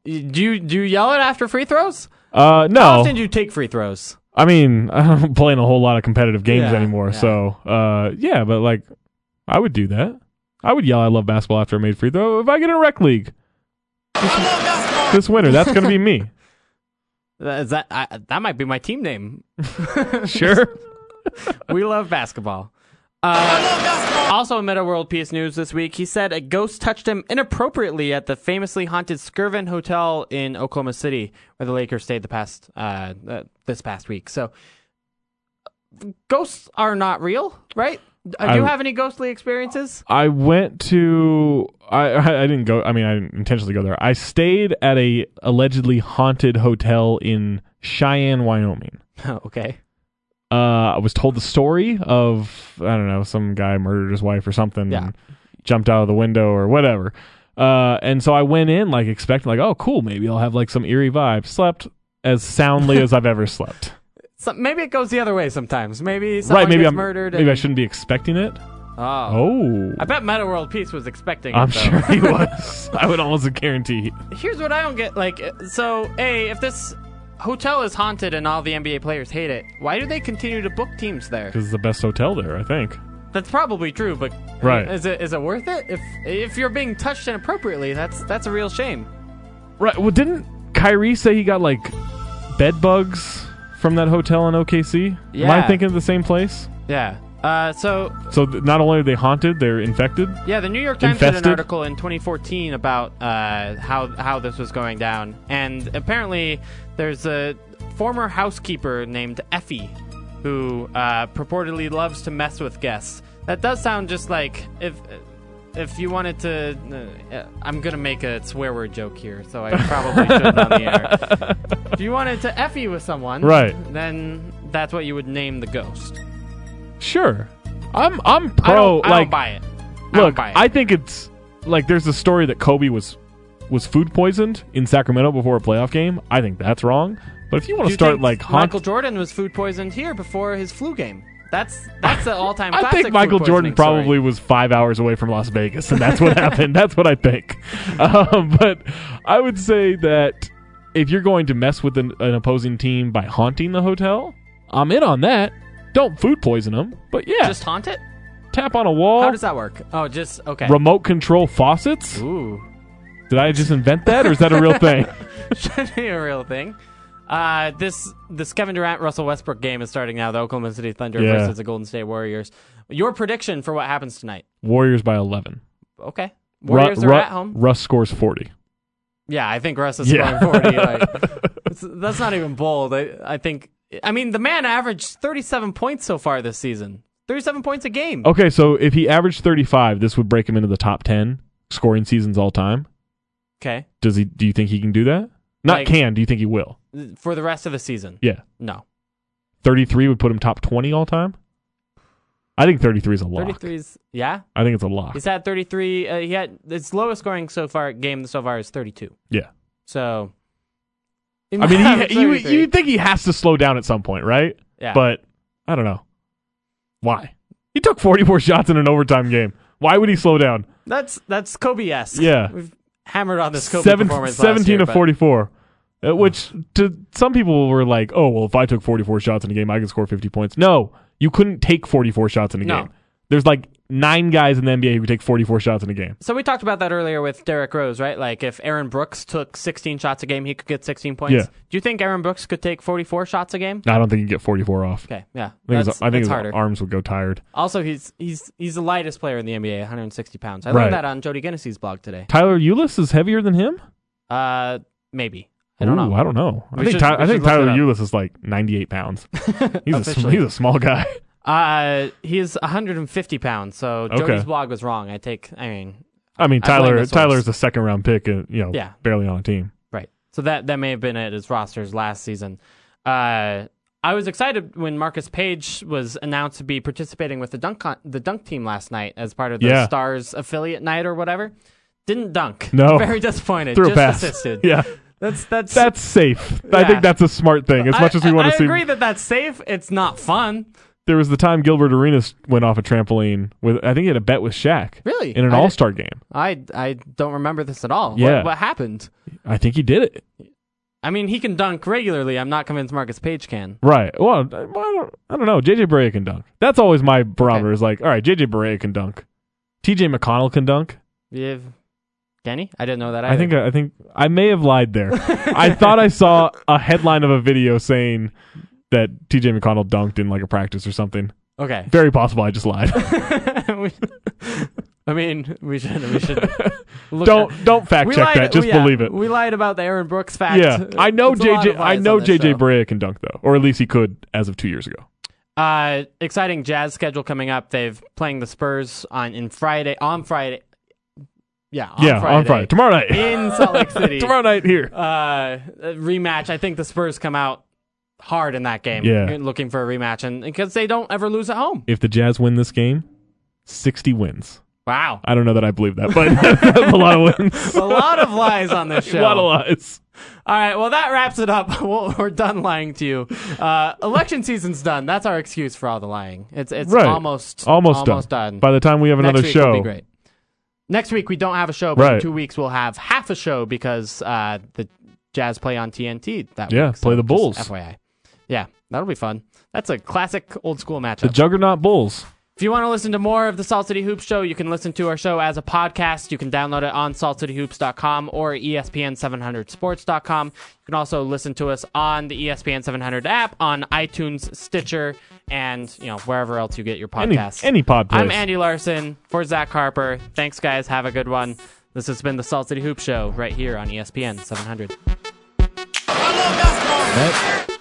[SPEAKER 2] do you do you yell it after free throws?
[SPEAKER 3] Uh,
[SPEAKER 2] How
[SPEAKER 3] no,
[SPEAKER 2] often do you take free throws?
[SPEAKER 3] I mean, I don't play in a whole lot of competitive games
[SPEAKER 2] Yeah,
[SPEAKER 3] anymore.
[SPEAKER 2] yeah.
[SPEAKER 3] So, uh, yeah, but like, I would do that. I would yell, "I love basketball" after I made a free throw. If I get in a rec league this winter, that's going to be me.
[SPEAKER 2] Uh, Is that I, that might be my team name?
[SPEAKER 3] sure.
[SPEAKER 2] we love basketball. Uh, also, in Meta World Peace News this week, he said a ghost touched him inappropriately at the famously haunted Skirvin Hotel in Oklahoma City, where the Lakers stayed the past uh, uh, this past week. So, ghosts are not real, right? Uh, do you
[SPEAKER 3] I-
[SPEAKER 2] have any ghostly experiences?
[SPEAKER 3] I went to. I I I didn't go. I mean, I didn't intentionally go there. I stayed at a allegedly haunted hotel in Cheyenne, Wyoming.
[SPEAKER 2] Oh, okay.
[SPEAKER 3] uh, I was told the story of I don't know some guy murdered his wife or something,
[SPEAKER 2] Yeah.
[SPEAKER 3] and jumped out of the window or whatever. Uh, and so I went in like expecting like oh cool maybe I'll have like some eerie vibe. Slept as soundly as I've ever slept.
[SPEAKER 2] So maybe it goes the other way sometimes. Maybe someone
[SPEAKER 3] right? Maybe
[SPEAKER 2] gets
[SPEAKER 3] I'm
[SPEAKER 2] murdered.
[SPEAKER 3] Maybe I
[SPEAKER 2] and-
[SPEAKER 3] shouldn't be expecting it.
[SPEAKER 2] Oh.
[SPEAKER 3] Oh,
[SPEAKER 2] I bet Meta World Peace was expecting. it,
[SPEAKER 3] I'm
[SPEAKER 2] though.
[SPEAKER 3] sure he was. I would almost guarantee.
[SPEAKER 2] here's what I don't get. Like, so, A, if this hotel is haunted and all the NBA players hate it, why do they continue to book teams there?
[SPEAKER 3] Because it's the best hotel there, I think.
[SPEAKER 2] That's probably true, but
[SPEAKER 3] Right.
[SPEAKER 2] is it is it worth it? If if you're being touched inappropriately, that's that's a real shame.
[SPEAKER 3] Right. Well, didn't Kyrie say he got like bed bugs from that hotel in OKC? Am I
[SPEAKER 2] Yeah.
[SPEAKER 3] thinking of the same place?
[SPEAKER 2] Yeah. Uh, so
[SPEAKER 3] So th- not only are they haunted, they're infected.
[SPEAKER 2] yeah, the New York Times did
[SPEAKER 3] Infested?
[SPEAKER 2] an article in 2014 about uh, how how this was going down, and apparently there's a former housekeeper named Effie who uh, purportedly loves to mess with guests. That does sound just like if if you wanted to. Uh, I'm gonna make a swear word joke here, so I probably shouldn't on the air. If you wanted to Effie with someone,
[SPEAKER 3] Right.
[SPEAKER 2] Then that's what you would name the ghost.
[SPEAKER 3] Sure. I'm I'm
[SPEAKER 2] I
[SPEAKER 3] pro
[SPEAKER 2] don't, I
[SPEAKER 3] like
[SPEAKER 2] don't buy it. I don't
[SPEAKER 3] look,
[SPEAKER 2] buy it.
[SPEAKER 3] I think it's like there's a story that Kobe was was food poisoned in Sacramento before a playoff game. I think that's wrong. But if you want
[SPEAKER 2] Do
[SPEAKER 3] to
[SPEAKER 2] you
[SPEAKER 3] start
[SPEAKER 2] think
[SPEAKER 3] like haunt,
[SPEAKER 2] Michael Jordan was food poisoned here before his flu game. That's that's an all-time.
[SPEAKER 3] I
[SPEAKER 2] classic
[SPEAKER 3] think
[SPEAKER 2] food
[SPEAKER 3] Michael Jordan
[SPEAKER 2] poisoning story.
[SPEAKER 3] probably was five hours away from Las Vegas, and that's what happened. That's what I think. Um, but I would say that if you're going to mess with an, an opposing team by haunting the hotel, I'm in on that. Don't food poison them, but yeah,
[SPEAKER 2] just haunt it.
[SPEAKER 3] tap on a wall,
[SPEAKER 2] How does that work? Oh, just okay.
[SPEAKER 3] remote control faucets.
[SPEAKER 2] Ooh,
[SPEAKER 3] Did I just invent that, or is that a real thing?
[SPEAKER 2] should be a real thing. Uh, this this Kevin Durant Russell Westbrook game is starting now. The Oklahoma City Thunder
[SPEAKER 3] Yeah.
[SPEAKER 2] versus the Golden State Warriors. Your prediction for what happens tonight?
[SPEAKER 3] Warriors by 11.
[SPEAKER 2] Okay,
[SPEAKER 3] Ru-
[SPEAKER 2] Warriors are
[SPEAKER 3] Ru-
[SPEAKER 2] at home.
[SPEAKER 3] Russ scores 40.
[SPEAKER 2] Yeah, I think Russ is
[SPEAKER 3] Yeah.
[SPEAKER 2] scoring 40. Like, it's- that's not even bold. I, I think, I mean, the man averaged 37 points so far this season. 37 points a game.
[SPEAKER 3] Okay, so if he averaged 35, this would break him into the top 10 scoring seasons all time.
[SPEAKER 2] Okay.
[SPEAKER 3] Does he? Do you think he can do that? Not
[SPEAKER 2] Like-
[SPEAKER 3] can. Do you think he will?
[SPEAKER 2] For the rest of the season.
[SPEAKER 3] Yeah,
[SPEAKER 2] No.
[SPEAKER 3] thirty-three would put him top twenty all time. I think thirty-three is a lock.
[SPEAKER 2] 33's, yeah.
[SPEAKER 3] I think it's a lock.
[SPEAKER 2] He's had 33. Uh, he had his lowest scoring so far game so far is 32.
[SPEAKER 3] yeah,
[SPEAKER 2] So,
[SPEAKER 3] I mean, he, you
[SPEAKER 2] 33.
[SPEAKER 3] you think he has to slow down at some point, right?
[SPEAKER 2] Yeah.
[SPEAKER 3] But I don't know why. He took forty-four shots in an overtime game. Why would he slow down?
[SPEAKER 2] that's that's Kobe esque.
[SPEAKER 3] Yeah.
[SPEAKER 2] We've hammered on this Kobe
[SPEAKER 3] Seven,
[SPEAKER 2] performance. last
[SPEAKER 3] 17
[SPEAKER 2] year,
[SPEAKER 3] of
[SPEAKER 2] but- Hmm.
[SPEAKER 3] 44 uh, which to some people were like oh well if i took 44 shots in a game i could score 50 points no you couldn't take 44 shots in a
[SPEAKER 2] No.
[SPEAKER 3] game there's like nine guys in the nba who could take 44 shots in a game
[SPEAKER 2] So we talked about that earlier with Derrick Rose, right? Like if Aaron Brooks took 16 shots a game, he could get 16 points.
[SPEAKER 3] Yeah.
[SPEAKER 2] Do you think Aaron Brooks could take 44 shots a game?
[SPEAKER 3] i don't think you can get 44 off
[SPEAKER 2] Okay, yeah,
[SPEAKER 3] I think,
[SPEAKER 2] that's,
[SPEAKER 3] his, I think
[SPEAKER 2] that's
[SPEAKER 3] his
[SPEAKER 2] harder.
[SPEAKER 3] arms would go tired.
[SPEAKER 2] also, he's he's he's the lightest player in the NBA, 160 pounds. I
[SPEAKER 3] Right.
[SPEAKER 2] learned that on Jody Gennesee's blog today.
[SPEAKER 3] Tyler Eulis is heavier than him.
[SPEAKER 2] Uh, maybe I don't
[SPEAKER 3] Ooh,
[SPEAKER 2] know.
[SPEAKER 3] I don't know. I
[SPEAKER 2] We
[SPEAKER 3] think,
[SPEAKER 2] should-
[SPEAKER 3] Ty-
[SPEAKER 2] we
[SPEAKER 3] I think
[SPEAKER 2] should look
[SPEAKER 3] Tyler
[SPEAKER 2] it up.
[SPEAKER 3] Eulis is like 98 pounds. He's a sm-
[SPEAKER 2] Officially.
[SPEAKER 3] he's a small guy.
[SPEAKER 2] Uh, he's 150 pounds, so
[SPEAKER 3] Okay.
[SPEAKER 2] Jody's blog was wrong. I take, I mean,
[SPEAKER 3] I mean,
[SPEAKER 2] I blame
[SPEAKER 3] Tyler
[SPEAKER 2] the source.
[SPEAKER 3] Tyler's a second round pick and you know
[SPEAKER 2] Yeah.
[SPEAKER 3] barely on a team.
[SPEAKER 2] Right. So that that may have been at his rosters last season. Uh, I was excited when Marcus Page was announced to be participating with the dunk con- the dunk team last night as part of the
[SPEAKER 3] Yeah.
[SPEAKER 2] Stars affiliate night or whatever. Didn't dunk.
[SPEAKER 3] No.
[SPEAKER 2] Very disappointed.
[SPEAKER 3] Through
[SPEAKER 2] Just
[SPEAKER 3] a pass.
[SPEAKER 2] assisted.
[SPEAKER 3] Yeah.
[SPEAKER 2] That's that's.
[SPEAKER 3] That's safe. I
[SPEAKER 2] Yeah.
[SPEAKER 3] think that's a smart thing. As much as we
[SPEAKER 2] I-
[SPEAKER 3] want
[SPEAKER 2] I
[SPEAKER 3] to see,
[SPEAKER 2] agree that that's safe. It's not fun.
[SPEAKER 3] there was the time Gilbert Arenas went off a trampoline with. I think he had a bet with Shaq.
[SPEAKER 2] Really?
[SPEAKER 3] In an
[SPEAKER 2] I did-
[SPEAKER 3] All Star game.
[SPEAKER 2] I I don't remember this at all. What-
[SPEAKER 3] Yeah.
[SPEAKER 2] What, happened?
[SPEAKER 3] I think he did it.
[SPEAKER 2] I mean, he can dunk regularly. I'm not convinced Marcus Page can.
[SPEAKER 3] Right. Well, I well, I don't, I don't know. JJ Barea can dunk. That's always my barometer. Is like, all right, JJ Barea can dunk. TJ McConnell can dunk.
[SPEAKER 2] Yeah. Kenny? I didn't know that. Either.
[SPEAKER 3] I think. uh, I think I may have lied there. I thought I saw a headline of a video saying that TJ McConnell dunked in like a practice or something.
[SPEAKER 2] Okay.
[SPEAKER 3] Very possible. I just lied.
[SPEAKER 2] We- I mean, we should we should look
[SPEAKER 3] don't
[SPEAKER 2] at-
[SPEAKER 3] don't fact
[SPEAKER 2] we
[SPEAKER 3] check
[SPEAKER 2] lied-
[SPEAKER 3] that. Just
[SPEAKER 2] we- yeah,
[SPEAKER 3] believe it.
[SPEAKER 2] We lied about the Aaron Brooks fact.
[SPEAKER 3] Yeah, I know
[SPEAKER 2] It's a lot
[SPEAKER 3] JJ.
[SPEAKER 2] of
[SPEAKER 3] I
[SPEAKER 2] lies
[SPEAKER 3] know
[SPEAKER 2] on this
[SPEAKER 3] JJ
[SPEAKER 2] show.
[SPEAKER 3] Barea can dunk though, or at least he could as of two years ago.
[SPEAKER 2] Uh, exciting Jazz schedule coming up. They've playing the Spurs on in Friday on Friday. Yeah, on
[SPEAKER 3] yeah,
[SPEAKER 2] Friday,
[SPEAKER 3] on Friday, tomorrow night,
[SPEAKER 2] in Salt Lake City.
[SPEAKER 3] tomorrow night here.
[SPEAKER 2] uh, rematch. I think the Spurs come out hard in that game.
[SPEAKER 3] Yeah.
[SPEAKER 2] looking for a rematch, and because they don't ever lose at home.
[SPEAKER 3] If the Jazz win this game, sixty wins.
[SPEAKER 2] Wow,
[SPEAKER 3] I don't know that I believe that, but that's a lot of wins.
[SPEAKER 2] a lot of lies on this show.
[SPEAKER 3] a lot of lies.
[SPEAKER 2] All right, well, that wraps it up. We'll- We're done lying to you. Uh, election season's done. That's our excuse for all the lying. It's it's
[SPEAKER 3] Right,
[SPEAKER 2] almost
[SPEAKER 3] almost,
[SPEAKER 2] done.
[SPEAKER 3] By the time we have
[SPEAKER 2] Next
[SPEAKER 3] another
[SPEAKER 2] week
[SPEAKER 3] show,
[SPEAKER 2] will be great. Next week we don't have a show, but in
[SPEAKER 3] Right.
[SPEAKER 2] two weeks we'll have half a show because uh, the Jazz play on TNT that
[SPEAKER 3] Yeah,
[SPEAKER 2] week.
[SPEAKER 3] play the
[SPEAKER 2] just
[SPEAKER 3] Bulls.
[SPEAKER 2] FYI, yeah, that'll be fun. That's a classic old school matchup.
[SPEAKER 3] the Juggernaut Bulls.
[SPEAKER 2] If you want to listen to more of the Salt City Hoops show, you can listen to our show as a podcast. You can download it on saltcityhoops.com or E espn700sports.com. You can also listen to us on the E ESPN 700 app, on iTunes, Stitcher, and you know wherever else you get your
[SPEAKER 3] Any
[SPEAKER 2] podcasts.
[SPEAKER 3] any pod place.
[SPEAKER 2] I'm Andy Larson for Zach Harper. Thanks, guys. Have a good one. This has been the E Salt City Hoops show right here on ESPN 700.
[SPEAKER 4] I love basketball.